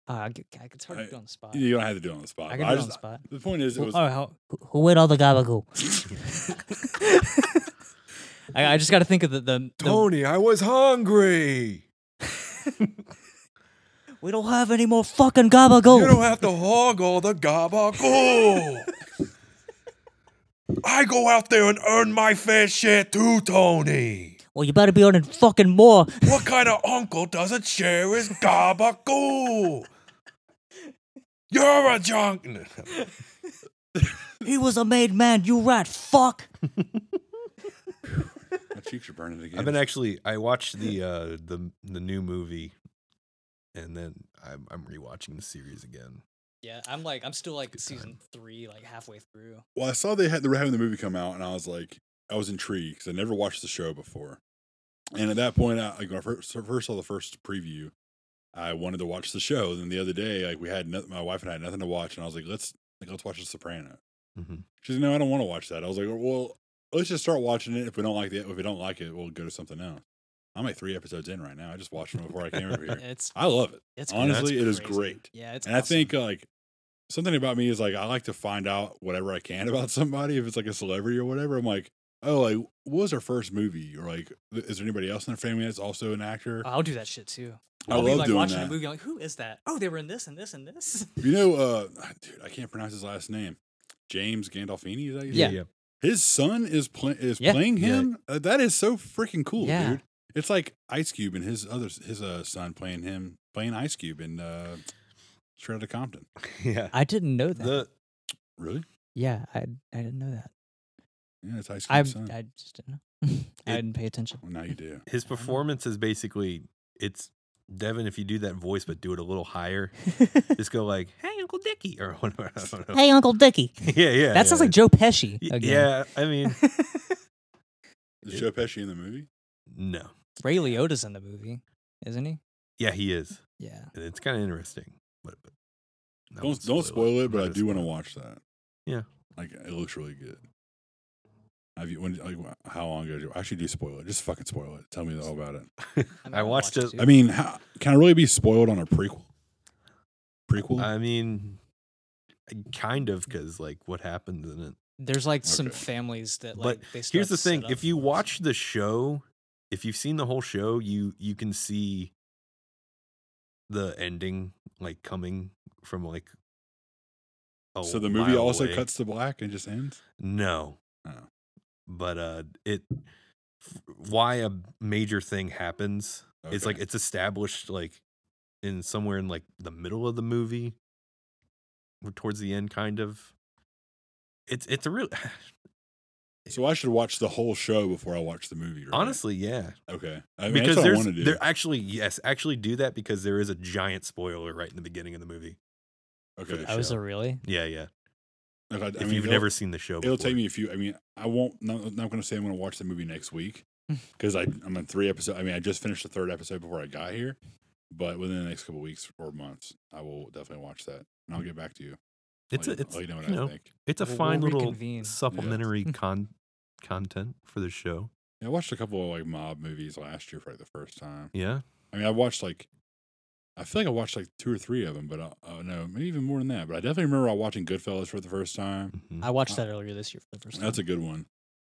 B: uh, g- g- it's hard
C: I-
B: to do on the spot.
C: You don't have to do it on the spot.
B: I
C: but
B: can do it on
C: just,
B: the spot.
C: The point is, it was
B: oh, how, who, who ate all the
C: [LAUGHS]
B: gabagool? I, I just got to think of the the, the
A: I was hungry.
B: we don't have any more fucking gabagool.
A: have to hog all the gabagool. I go out there and earn my fair share too, Tony.
B: well, you better be earning fucking more.
A: What kind of uncle doesn't share his gabagool? You're a junk.
B: He was a made man, you rat fuck.
C: my cheeks are burning again.
A: I've been actually. I watched the uh, the the new movie, and then I'm I'm rewatching the series again.
B: Yeah, I'm like, I'm still like
A: Good
B: season three, like halfway through.
C: Well, I saw they had they were having the movie come out, and I was like, I was intrigued because I never watched the show before. And at that point, I, like, when I first, first saw the first preview, I wanted to watch the show. Then the other day, like we had nothing, my wife and I had nothing to watch, and I was like, let's like let's watch The Soprano.
A: Mhm.
C: She's like, no, I don't want to watch that. I was like, well, let's just start watching it. If we don't like it, if we don't like it, we'll go to something else. I'm like three episodes in right now. I just watched them before I came over
B: [LAUGHS]
C: here.
B: It's
C: I love it,
B: it's
C: honestly, it is
B: crazy.
C: great.
B: Yeah, it's.
C: and I think uh, like something about me is like I like to find out whatever I can [LAUGHS] about somebody. If it's like a celebrity or whatever, I'm like, oh, like what was their first movie? Or like, th- is there anybody else in their family that's also an actor?
B: Oh, I'll do that shit too.
C: I
B: Uh, I'll be
C: love
B: like
C: doing
B: watching
C: that.
B: a movie, like, who is that? Oh, they were in this and this and this.
C: [LAUGHS] [SIGHS] You know, uh, dude, I can't pronounce his last name. James Gandolfini, is that his
B: Yeah.
C: name? His son is playing is
B: Yeah.
C: playing
A: Yeah.
C: him. Uh, that is so freaking cool,
B: Yeah.
C: dude. It's like Ice Cube and his other his uh, son playing him playing Ice Cube in uh, Straight Outta Compton.
A: yeah.
B: I didn't know that.
A: The
C: Really?
B: yeah, I I didn't know that.
C: Yeah, it's Ice
B: I
C: Cube's son.
B: I just didn't know. [LAUGHS] I
A: It-
B: didn't pay attention.
C: well, now you do.
A: his performance is basically it's Devin. If you do that voice, but do it a little higher, just go like, "Hey, Uncle Dickie," or [LAUGHS] whatever. I don't know.
B: hey, Uncle Dickie.
A: Yeah, yeah.
B: that sounds like Joe Pesci.
A: Y-
B: Again.
A: Yeah, I
B: [LAUGHS]
A: mean,
C: Is Joe Pesci in the movie?
A: no.
B: Ray Liotta's in the movie, isn't he?
A: Yeah, he is,
B: Yeah.
A: and it's kind of interesting. But, but I
C: Don't
A: won't
C: don't spoil it, but I
A: Not
C: do
A: a
C: want to watch that.
A: Yeah.
C: like it looks really good. Have you? When? Like, how long ago? did you- Actually, do spoil it. Just fucking spoil it. Tell me all about it.
B: I'm
A: I
B: gonna
A: watched
B: watch
A: it-
B: too.
C: I mean, how, can I really be spoiled on a prequel? Prequel?
A: I mean, kind of because like what happens in it.
B: there's like some
C: Okay.
B: families that
A: But
B: like they start
A: Here's the
B: to set
A: thing:
B: up
A: if you
B: for us.
A: watch the show, if you've seen the whole show, you you can see the ending like coming from like. a
C: so the movie
A: mile
C: also
A: away.
C: cuts to black and just ends.
A: No.
C: Oh.
A: But uh it f- why a major thing happens. It's like
C: Okay.
A: it's established like in somewhere in like the middle of the movie or towards the end kind of. It's it's a real [SIGHS]
C: So I should watch the whole show before I watch the movie. Right?
A: honestly, yeah.
C: okay. I mean,
A: because
C: that's what I
A: there's
C: want to do.
A: there actually yes, actually do that because there is a giant spoiler right in the beginning of the movie.
C: okay.
A: the
B: I was
A: show.
B: a Oh, really
A: Yeah, yeah.
C: Like, I, I
A: if
C: mean,
A: you've
C: it'll-
A: never seen the show before.
C: it'll take me a few. I mean, I won't. Not, not going to say I'm going to watch the movie next
A: [LAUGHS]
C: week because I'm on three episodes. I mean, I just finished the third episode before I got here, but within the next couple weeks or months, I will definitely watch that, and I'll get back to you. I'll
A: it's
C: let
A: a,
C: you-
A: it's
C: I'll let
A: you
C: oh, you know
A: know,
C: what I think.
A: it's a
B: We'll- we'll
A: fine
B: reconvene. Yeah.
A: little
B: [LAUGHS]
A: supplementary con- content for the show.
C: Yeah, I watched a couple of like mob movies last year for like the first time.
A: Yeah.
C: I mean, I watched like, I feel like I watched like two or three of them, but I, oh no, maybe even more than that. But I definitely remember I watching Goodfellas for the first time.
A: Mhm.
B: I watched that earlier this year for the first time.
C: That's a good one.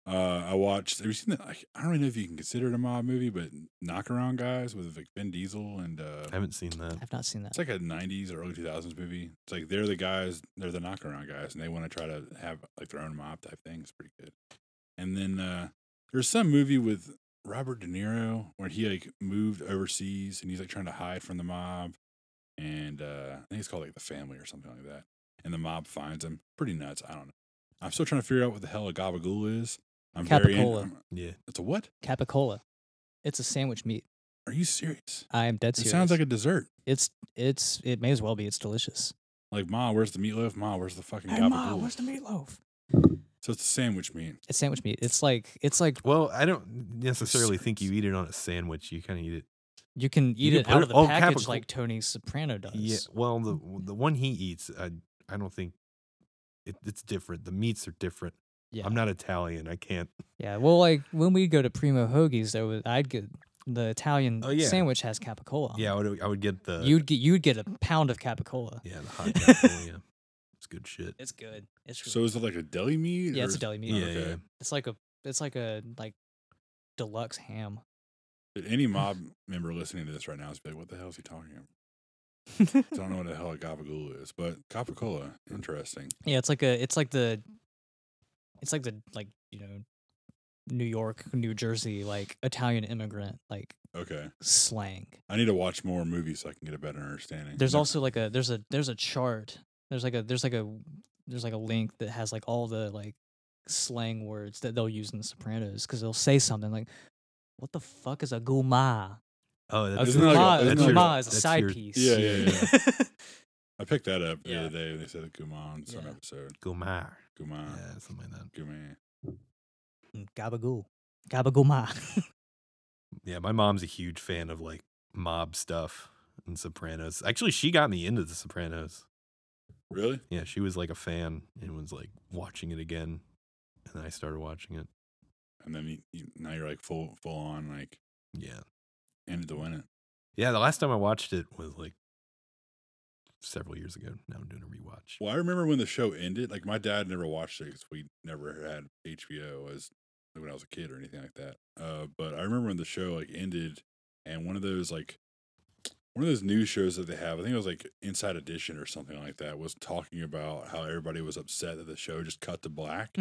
C: Uh, I watched. Have you seen that? I, I don't really know if you can consider it a mob movie, but Knock Around Guys with like Vin Diesel and uh,
A: I haven't seen that.
B: I've not seen that.
C: it's like a '90s or early 2000s movie. It's like they're the guys, they're the knock around guys, and they want to try to have like their own mob type thing. It's pretty good. And then uh, there's some movie with Robert De Niro where he like moved overseas and he's like trying to hide from the mob, and uh, I think it's called like the family or something like that. And the mob finds him. Pretty nuts. I don't know. I'm still trying to figure out what the hell a gabagool is. I'm very. in-
B: Capicola.
C: I'm-
A: Yeah.
C: it's a what?
B: Capicola. It's a sandwich meat.
C: Are you serious?
B: I am dead
C: It
B: serious.
C: sounds like a dessert.
B: it's it's it may as well be. It's delicious.
C: Like, ma, where's the meatloaf? Ma, where's the fucking
B: Hey,
C: gabagool?
B: Ma, where's the meatloaf?
C: So it's a sandwich meat.
B: It's sandwich meat. It's like it's like
A: Well, I don't necessarily think you eat it on a sandwich. You kind of eat it.
B: you can eat
A: can
B: it
A: put
B: out
A: it-
B: of the
A: oh,
B: package
A: capicola.
B: like Tony Soprano does.
A: Yeah. Well, the the one he eats, I I don't think it, it's different. The meats are different.
B: yeah.
A: I'm not Italian. I can't.
B: yeah. Well, like when we go to Primo Hoagies, there was I'd get the Italian
A: Oh, yeah.
B: sandwich has capicola. on
A: Yeah, I would I would get the
B: it. You'd get you'd get a pound of capicola.
A: yeah the hot apple, yeah. It's good shit.
B: It's good. It's really
C: So is it like a deli meat?
B: Yeah,
C: or
B: it's a
C: is-
B: deli meat.
A: Yeah,
B: Yeah,
A: yeah.
B: It's like a it's like a like deluxe
A: [LAUGHS]
B: ham.
C: Did any mob member listening to this right now is be like, what the hell is he talking about? I don't know what the hell a gabagool is, but Coca-Cola, interesting.
B: yeah, it's like a it's like the it's like the like you know New York, New Jersey like Italian immigrant like
C: Okay.
B: slang.
C: I need to watch more movies so I can get a better understanding.
B: There's
C: No-
B: also like a there's a there's a chart. There's like a there's like a there's like a link that has like all the like slang words that they'll use in the Sopranos because they'll say something like what the fuck is a guma?
A: Oh,
B: A
A: that's
C: Isn't that like a-
B: guma, a
C: isn't that like a-
B: guma is a
A: that's
B: side
A: your-
B: piece.
C: Yeah, yeah,
B: yeah.
C: I picked that up the
B: Yeah.
C: other day when they said a Guman some
B: Yeah.
C: episode.
A: Gomar.
C: Guman.
A: Yeah, something like that.
C: Guman.
B: [LAUGHS] Mm, Gabagool. Gabaguma.
A: Yeah, my mom's a huge fan of like mob stuff and Sopranos. Actually, she got me into the Sopranos.
C: Really?
A: Yeah, she was like a fan and was like watching it again, and then I started watching it.
C: And then you, you, now you're like full full on like
A: Yeah,
C: in it to win it.
A: yeah. The last time I watched it was like several years ago. Now I'm doing a rewatch.
C: Well, I remember when the show ended. Like my dad never watched it because we never had HBO as like, when I was a kid or anything like that. Uh, but I remember when the show like ended, and one of those like one of those news shows that they have, I think it was like
A: [LAUGHS]
C: Inside Edition or something like that, was talking about how everybody was upset that the show just cut to black,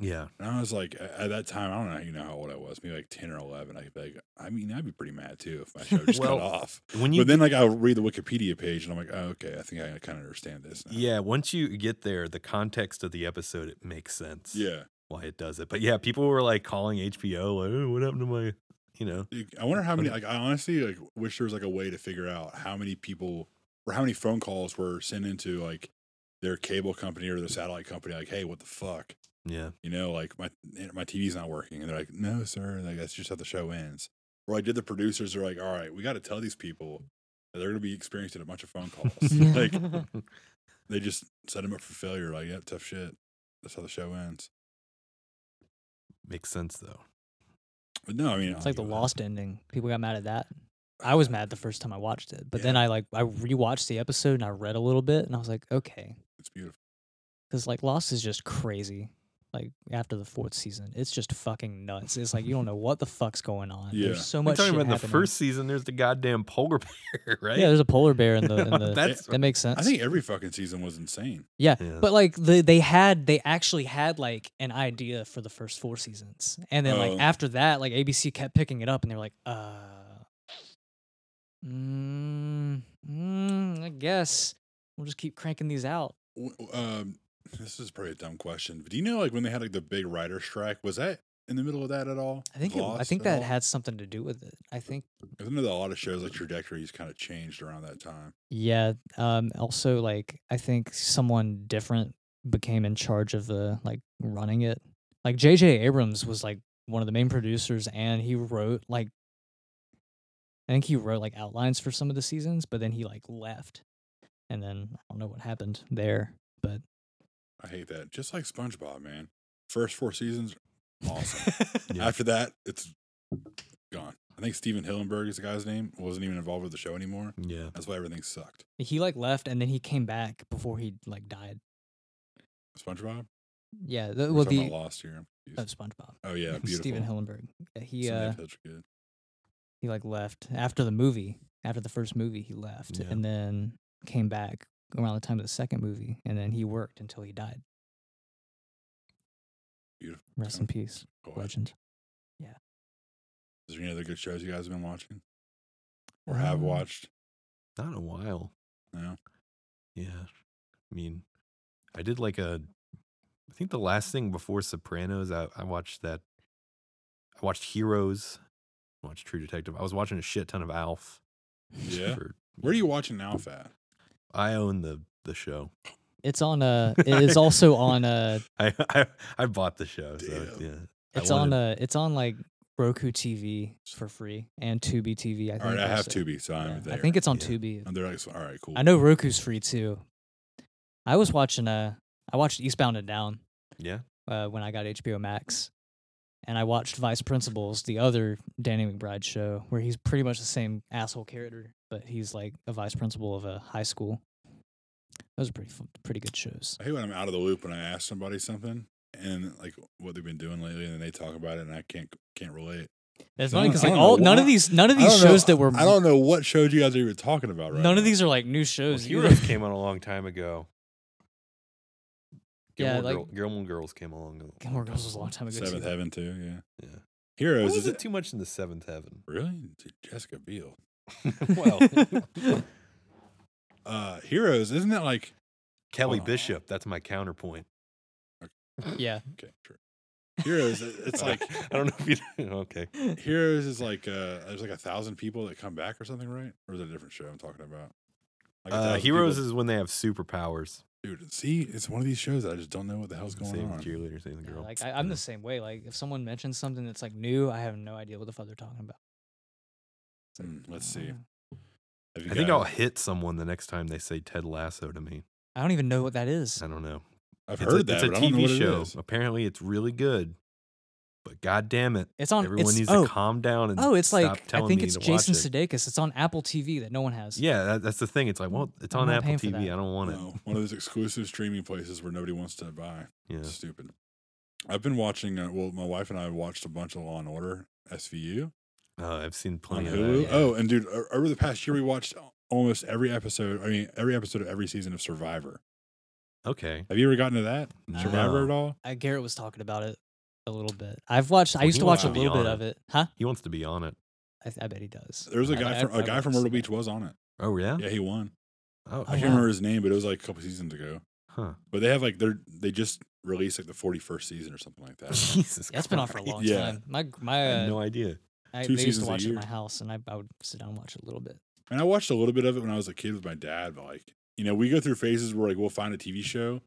A: Yeah.
C: And I was like, a- at that time, I don't know, you know how old I was, maybe like ten or eleven. I'd be like, I mean, I'd be pretty mad too if my
A: [LAUGHS]
C: show just
A: Well,
C: cut off.
A: When you
C: But then, like, I would read the Wikipedia page, and I'm like, oh, okay, I think I kind of understand this. now."
A: yeah, once you get there, the context of the episode it makes sense.
C: yeah.
A: why it does it. But yeah, people were like calling HBO, like, "Oh, what happened to my, you know,
C: Like, I wonder how many. Like, I honestly like wish there was like a way to figure out how many people or how many phone calls were sent into like their cable company or their satellite company. Like, hey, what the fuck?
A: yeah,
C: You know, like my my TV's not working, and they're like, no, sir. Like, that's just how the show ends. Or I did the producers are like, all right, we got to tell these people that they're gonna be experiencing a bunch of phone
B: [LAUGHS]
C: calls. like,
A: oh,
B: Mm-hmm.
C: they just set them up for failure. Like, yeah, tough shit. That's how the show ends.
A: makes sense though."
C: But no, I mean,
B: It's like the
C: I'll-
B: Lost ending. People got mad at that. I was mad the first time I watched it, but then I like I rewatched the episode and I read a little bit and I was like, okay,
C: It's beautiful.
B: because like Lost is just crazy. Like after the fourth season, it's just fucking nuts. It's like you don't know what the fuck's going on.
C: Yeah.
B: There's so
A: We're
B: much.
A: talking
B: shit
A: about the
B: happening.
A: first season. There's the goddamn polar [LAUGHS] bear, right?
B: Yeah, there's a polar
A: [LAUGHS]
B: bear in the. In the
A: That's
B: that makes sense.
C: I think every fucking season was insane.
B: Yeah,
A: Yeah.
B: but like the, they had they actually had like an idea for the first four seasons, and then
C: Oh.
B: like after that, like ABC kept picking it up, and they were like, uh, mm, mm, I guess we'll just keep cranking these out.
C: W- w- um, this is probably a dumb question, but do you know like when they had like the big writer strike? Was that in the middle of that at all?
B: I think it, I
C: Lost
B: think
C: at
B: that
C: all?
B: had something to do with it. I think
C: I know that a lot of shows like trajectories kind of changed around that time.
B: yeah. Um, also like I think someone different became in charge of the like running it. Like J.J. Abrams was like one of the main producers, and he wrote like I think he wrote like outlines for some of the seasons, but then he like left, and then I don't know what happened there. But
C: I hate that. Just like SpongeBob, man. First four seasons,
B: [LAUGHS]
C: awesome.
A: Yeah.
C: After that, it's gone. I think Steven Hillenberg is the guy's name. Wasn't even involved with the show anymore.
A: yeah.
C: That's why everything sucked.
B: he like left, and then he came back before he like died.
C: SpongeBob.
B: Yeah, the,
C: We're
B: well
C: talking about
B: the
C: Lost here. I'm
B: oh,
C: confused.
B: SpongeBob,
C: Oh yeah,
B: [LAUGHS]
C: beautiful.
B: Steven Hillenberg. Yeah, he
C: Some
B: uh,
C: names that are good.
B: he like left after the movie after the first movie he left
A: Yeah.
B: and then came back around the time of the second movie and then he worked until he died
C: Beautiful.
B: rest in peace
C: Go ahead.
B: legend
C: Is there any other good shows you guys have been watching or have
B: Um,
C: watched?
A: Not in a while.
C: No.
A: Yeah, I mean, I did like a. I think the last thing before Sopranos, I, I watched that. I watched Heroes. Watched True Detective. I was watching a shit ton of Alf.
C: Yeah.
A: for-
C: [LAUGHS] Where are you watching now, Fat?
A: I own the the show. [LAUGHS]
B: it's on
C: [LAUGHS]
B: uh it is also on uh
A: I I, I bought the show. So
C: Damn.
A: yeah. I
B: it's on uh it's on like roku tv for free and tubi tv i think
C: All right, I have
B: also.
C: Tubi, so I'm
B: Yeah,
C: there.
B: i think it's on
A: Yeah.
B: tubi
C: And they're like, all right, cool.
B: i know roku's free too i was watching uh i watched eastbound and down
A: Yeah.
B: uh, when I got HBO Max, and I watched Vice Principals, the other Danny McBride show, where he's pretty much the same asshole character, but he's like a vice principal of a high school. Those are pretty fu- pretty good shows.
C: I hate when I'm out of the loop when I ask somebody something and like what they've been doing lately, and then they talk about it, and I can't can't relate.
B: It's
C: I
B: funny
C: don't-
B: because
C: I
B: like
C: don't know
B: all none of
C: why-
B: these none of
C: I
B: these
C: don't know-
B: shows that were
C: I don't know what shows you guys are even talking about right
B: none of
C: now.
B: these are like new
A: Well,
B: shows. either. [LAUGHS]
A: Heroes came on a long time ago.
B: Yeah,
A: Gilmore,
B: like-
A: Girl, Gilmore Girls came along. a long
B: Gilmore
A: time
B: Girls was a
A: ago.
B: long time ago.
C: Seventh
B: too.
C: Heaven too, yeah.
A: Yeah.
C: Heroes
A: Why
C: is
A: was
C: it
A: it too much in the seventh
B: [LAUGHS]
A: heaven? [LAUGHS]
C: really Dude, Jessica Biel?
A: well,
C: Uh, Heroes isn't that like
A: Kelly
C: Wow.
A: Bishop. That's my counterpoint.
C: [LAUGHS]
B: Yeah,
C: okay? True. Heroes, it-
B: [LAUGHS]
C: it's like
A: [LAUGHS] I don't know if you. [LAUGHS] Okay.
C: Heroes is like uh, there's like a thousand people that come back or something, right? Or is it a different show I'm talking about? Like a
A: Uh,
C: thousand
A: Heroes
C: people-
A: is when they have superpowers.
C: Dude, see, it's one of these shows that I just don't know what the hell's going
A: Save the
C: on.
A: cheerleader, save the
B: Yeah,
A: girl.
B: like I, I'm
A: Yeah.
B: the same way. Like if someone mentions something that's like new, I have no idea what the fuck they're talking about. It's like,
C: Mm, let's see.
B: uh,
C: Have you
A: I think
C: guys-
A: I'll hit someone the next time they say Ted Lasso to me.
B: I don't even know what that is.
A: I don't know.
C: I've
A: it's
C: heard
A: a,
C: that.
A: it's a
C: but I
A: TV
C: don't know what it
A: show.
C: is.
A: Apparently, it's really good. But god damn it,
B: It's on.
A: everyone
B: it's,
A: needs
B: oh,
A: to calm down and
B: Oh, it's
A: stop
B: like I
A: telling
B: think
A: me
B: it's
A: to watch
B: Jason
A: it.
B: Sudeikis. It's on Apple TV that no one has.
A: Yeah, that, that's the thing. It's like, well, it's
B: I'm
A: on
B: not
A: Apple
B: paying for
A: TV.
B: that.
A: I don't want it.
C: No, one of those exclusive streaming places where nobody wants to buy.
A: Yeah.
C: It's stupid. I've been watching. Uh, well, my wife and I watched a bunch of Law and Order SVU
A: Oh, I've seen
C: on
A: plenty of
C: Hulu.
A: that. yeah.
C: Oh, and dude, o- over the past year, we watched almost every episode. I mean, every episode of every season of Survivor.
A: Okay.
C: Have you ever gotten to that
B: No.
C: Oh. Survivor at all?
B: I, Uh, Garrett was talking about it a little bit. I've watched. I
A: Well,
B: used
A: he
B: to
A: wants
B: watch a
A: to be
B: little bit
A: on
B: of it, huh?
A: He wants to be on it.
B: I, th- I bet he does.
C: There was a
B: I-
C: guy
B: I-
C: from a
B: I
C: guy from
B: watched
C: Myrtle
B: it.
C: Beach was on it.
A: Oh yeah.
C: Yeah, he won.
A: Oh,
C: I
B: Oh,
C: can't
B: wow.
C: remember his name, but it was like a couple seasons ago. [LAUGHS]
A: huh.
C: But they have like they're they just released like the forty first season or something like
A: [LAUGHS]
B: [LAUGHS]
C: that.
A: Jesus.
B: Yeah, it's been on for a
A: Christ.
B: long
C: Yeah.
B: time. My my
A: I
B: uh,
A: had no idea.
B: I,
C: Two
B: they used
C: seasons
B: to
C: a
B: watch it in
C: year.
B: my house, and I, I would sit down and watch it a little bit.
C: And I watched a little bit of it when I was a kid with my dad, but like, you know, we go through phases where like we'll find a TV show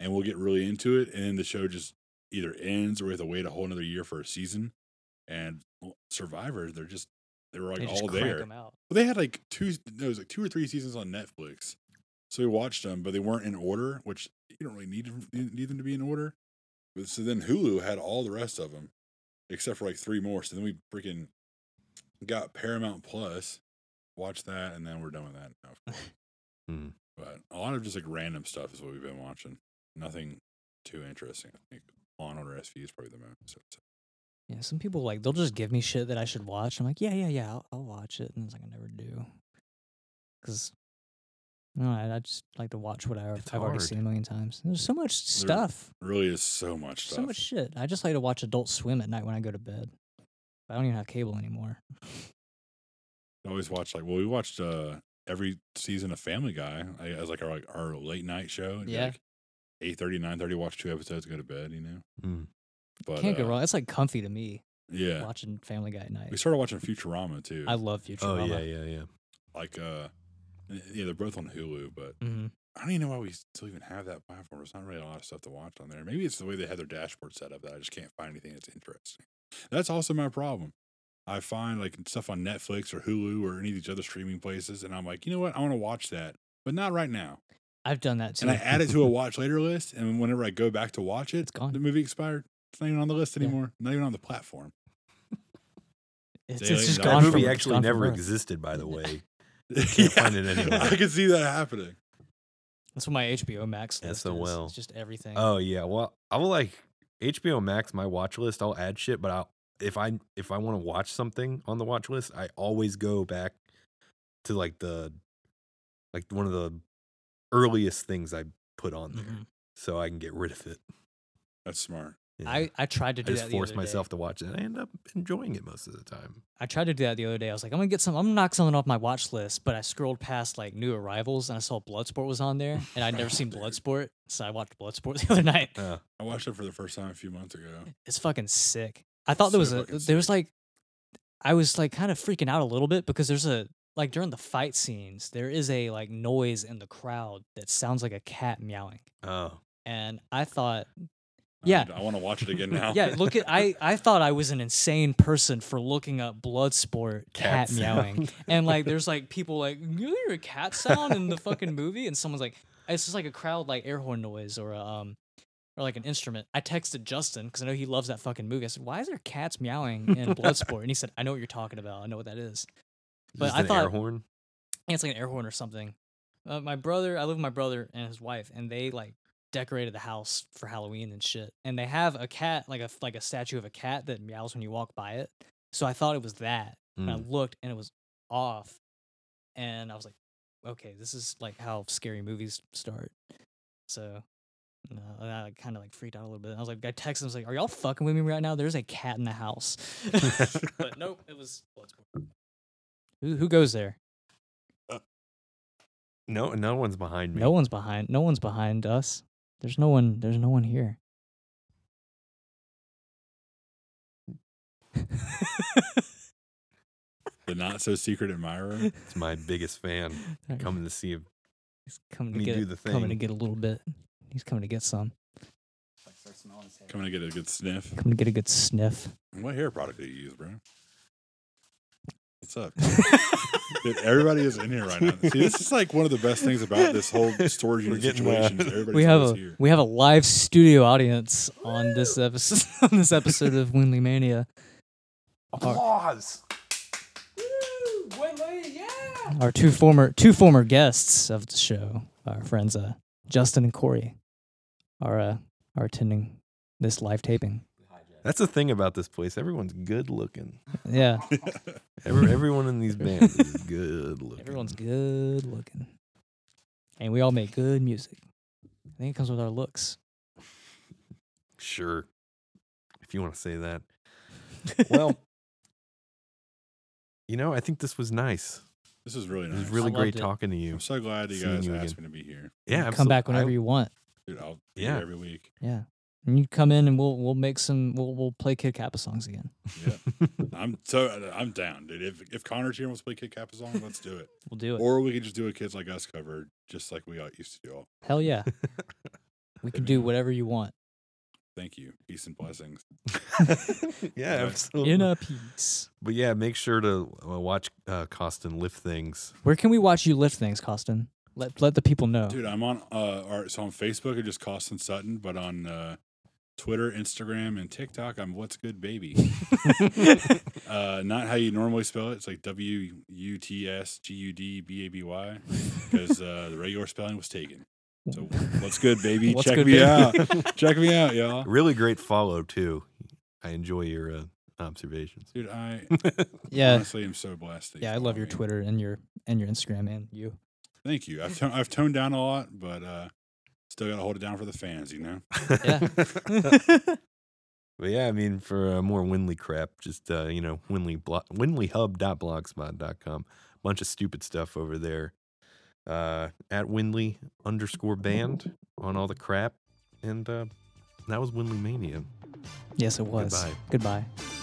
C: and we'll get really into it, and then the show just either ends or we have to wait a whole another year for a season. And well, Survivor, they're just they were like
B: They just
C: all
B: crank
C: there.
B: 'em out.
C: Well, they had like two, no, it was like two or three seasons on Netflix. So we watched them, but they weren't in order, which you don't really need them, you need them to be in order. But so then Hulu had all the rest of them, except for like three more. So then we freaking got Paramount Plus, watched that, and then we're done with that. Now.
A: Hmm.
C: But a lot of just like random stuff is what we've been watching. Nothing too interesting. I think Law and Order SV is probably the most.
B: Yeah, some people like they'll just give me shit that I should watch. I'm like, yeah, yeah, yeah, I'll, I'll watch it, and it's like I never do, because no, I, I just like to watch what I, I've
A: It's
B: already
A: hard.
B: seen a million times. There's so much stuff,
C: Really is so much stuff.
B: so much shit. I just like to watch Adult Swim at night when I go to bed. I don't even have cable anymore.
C: I always watch like well, we watched uh every season of Family Guy I- as like our like, our late night show.
B: Yeah.
C: Eight thirty, nine thirty. Watch two episodes, go to bed. You know,
A: Mm.
C: but
B: Can't go
C: uh,
B: wrong. It's like comfy to me
C: Yeah,
B: watching Family Guy at night.
C: we started watching Futurama too.
B: I love Futurama.
A: Oh yeah, yeah, yeah.
C: like uh, yeah, they're both on Hulu, but
B: hmm
C: I don't even know why we still even have that platform. There's not really a lot of stuff to watch on there. Maybe it's the way they had their dashboard set up that I just can't find anything that's interesting. That's also my problem. I find like stuff on Netflix or Hulu or any of these other streaming places, and I'm like, you know what? I want to watch that, but not right now.
B: I've done that too.
C: and I add it to
B: [LAUGHS]
C: a watch later list. And whenever I go back to watch it,
B: It's gone.
C: The movie expired. It's not even on the list
B: Yeah.
C: anymore. Not even on the platform. [LAUGHS]
B: it's,
C: Daily
B: it's just
C: That
A: That
B: gone.
A: movie
B: from- it's
A: actually
B: gone from
A: never
B: Earth.
A: existed, by the
B: [LAUGHS]
A: way.
C: Yeah.
A: find it anywhere.
C: I can see that happening.
B: That's what my HBO Max list is.
A: SOL.
B: It's just everything.
A: Oh yeah. Well, I will like HBO Max my watch list. I'll add shit, but I'll if I if I want to watch something on the watch list, I always go back to like the like one of the earliest things I put on there,
B: Mhm.
A: so I can get rid of it.
C: That's smart.
A: Yeah.
B: I, I tried to
A: I
B: do
A: just
B: that.
A: force
B: the other
A: myself
B: Day.
A: to watch it. and I end up enjoying it most of the
B: [SIGHS]
A: time.
B: I tried to do that the other day. I was like, I'm gonna get some. I'm gonna knock something off my watch list. But I scrolled past like new arrivals and I saw Bloodsport was on there, and I'd never
C: [LAUGHS]
B: seen
C: Dude.
B: Bloodsport, so I watched Bloodsport [LAUGHS] the other night.
A: Uh,
C: I watched it for the first time a few months ago.
B: It's fucking sick. I thought there was
C: So
B: a
C: fucking
B: there was
C: sick.
B: like I was like kind of freaking out a little bit because there's a like during the fight scenes there is a like noise in the crowd that sounds like a cat meowing.
A: oh,
B: And I thought
C: I
B: Yeah.
C: need- I want to watch
B: [LAUGHS]
C: it again now.
B: yeah, look at I I thought I was an insane person for looking up Bloodsport
C: [LAUGHS]
A: [LAUGHS]
B: cat,
A: Cat
B: meowing.
A: sound.
B: And like there's like people like you hear a cat sound in the fucking movie and someone's like it's just like a crowd like air horn noise or a, um or like an instrument. I texted Justin cuz I know he loves that fucking movie. I said, "Why is there cats meowing in Bloodsport?" And he said, "I know what you're talking about. I know what that is."
A: is
B: But
A: this
B: I
A: an air
B: thought-
A: horn.
B: And it's like an air horn or something. Uh, my brother, I live with my brother and his wife, and they like decorated the house for Halloween and shit. And they have a cat, like a like a statue of a cat that meows when you walk by it. So I thought it was that, and I
A: Mm.
B: looked, and it was off. And I was like, okay, this is like how scary movies start. So. No, and I kind of like freaked out a little bit. I was like, I texted him, I was like, "Are y'all fucking with me right now? There's a cat in the
A: [LAUGHS]
B: house." but nope, it was. Bloodsport. Who who goes there?
A: No, no one's behind me.
B: No one's behind. No one's behind us. There's no one. There's no one here.
C: The not so secret admirer.
A: It's my
B: [LAUGHS]
A: biggest fan coming to see. Him.
B: He's coming
A: me
B: to get.
A: do the
B: Coming to
A: thing.
B: get a little bit. He's coming to get some.
C: Coming to get a good sniff.
B: Coming to get a good sniff.
C: What hair product do you use, bro? What's up? Dude, everybody is in here right now. See,
A: [LAUGHS]
C: this is like one of the best things about this whole storage
A: We're
C: unit
A: getting,
C: situation.
A: uh,
C: is Everybody's
B: we have
C: always
B: a
C: here. [LAUGHS]
B: we have a live studio audience on this episode [LAUGHS] on this episode of Winley Mania.
A: Applause.
B: Our two former two former guests of the show, our friends uh, Justin and Corey, are uh, are attending this live taping.
A: That's the thing about this place. Everyone's good looking.
B: Yeah,
A: Every, everyone in these bands is good looking.
B: everyone's good looking, and we all make good music. I think it comes with our looks.
A: Sure. If you want to say that.
D: Well,
A: You know, I think this was nice.
C: This is really
A: It
C: nice.
A: was really
B: I
A: great
B: loved it.
A: talking to you.
C: I'm so glad you
A: Seeing
C: guys
A: you
C: asked me to be here.
A: [LAUGHS] Yeah,
B: come back
A: absolute- I- [LAUGHS]
B: whenever you want.
C: Dude, I'll be
A: Yeah.
C: here every week.
B: Yeah, and you come in and we'll we'll make some we'll we'll play Kid Kappa songs again.
C: Yeah. I'm so I'm down, dude. If if Connor's here and wants to play Kid Kappa song, let's do
A: [LAUGHS]
C: it.
B: We'll do it.
C: Or we could just do a Kids Like Us cover, just like we all used to do.
B: Hell
C: [LAUGHS]
B: yeah, we can do whatever you want
C: Thank you. Peace and blessings.
D: yeah,
C: Right.
D: absolutely.
B: in a piece.
A: But yeah, make sure to uh, watch uh, Costin lift things.
B: Where can we watch you lift things, Costin? Let let the people know. [LAUGHS]
C: Dude, I'm on uh our, so on Facebook it's just Costin Sutton, but on uh Twitter, Instagram, and TikTok, I'm what's
B: [LAUGHS]
C: good baby. uh not how you normally spell it. It's like W U T S G U D B A B Y because uh the regular spelling was taken. So what's good baby?
B: What's
C: Check
B: good,
C: me
B: baby?
C: out. Check me out, y'all.
A: Really great follow too. I enjoy your uh, observations.
C: Dude, I
B: [LAUGHS] yeah,
C: honestly am so blessed. that you
B: yeah. I
C: follow
B: love your
C: me.
B: Twitter and your and your Instagram and
C: [LAUGHS]
B: you.
C: Thank you. I've ton- I've toned down a lot, but uh still got to hold it down for the fans, you know.
B: Yeah.
A: [LAUGHS]
B: [LAUGHS]
A: But yeah, I mean, for uh, more Winley crap, just uh, you know, Winley blo- WinleyHub.blogspot.com. Bunch of stupid stuff over there. Uh, at Winley underscore band on all the crap, and uh, that was Winley Mania.
B: yes, it was.
A: Goodbye.
B: Goodbye.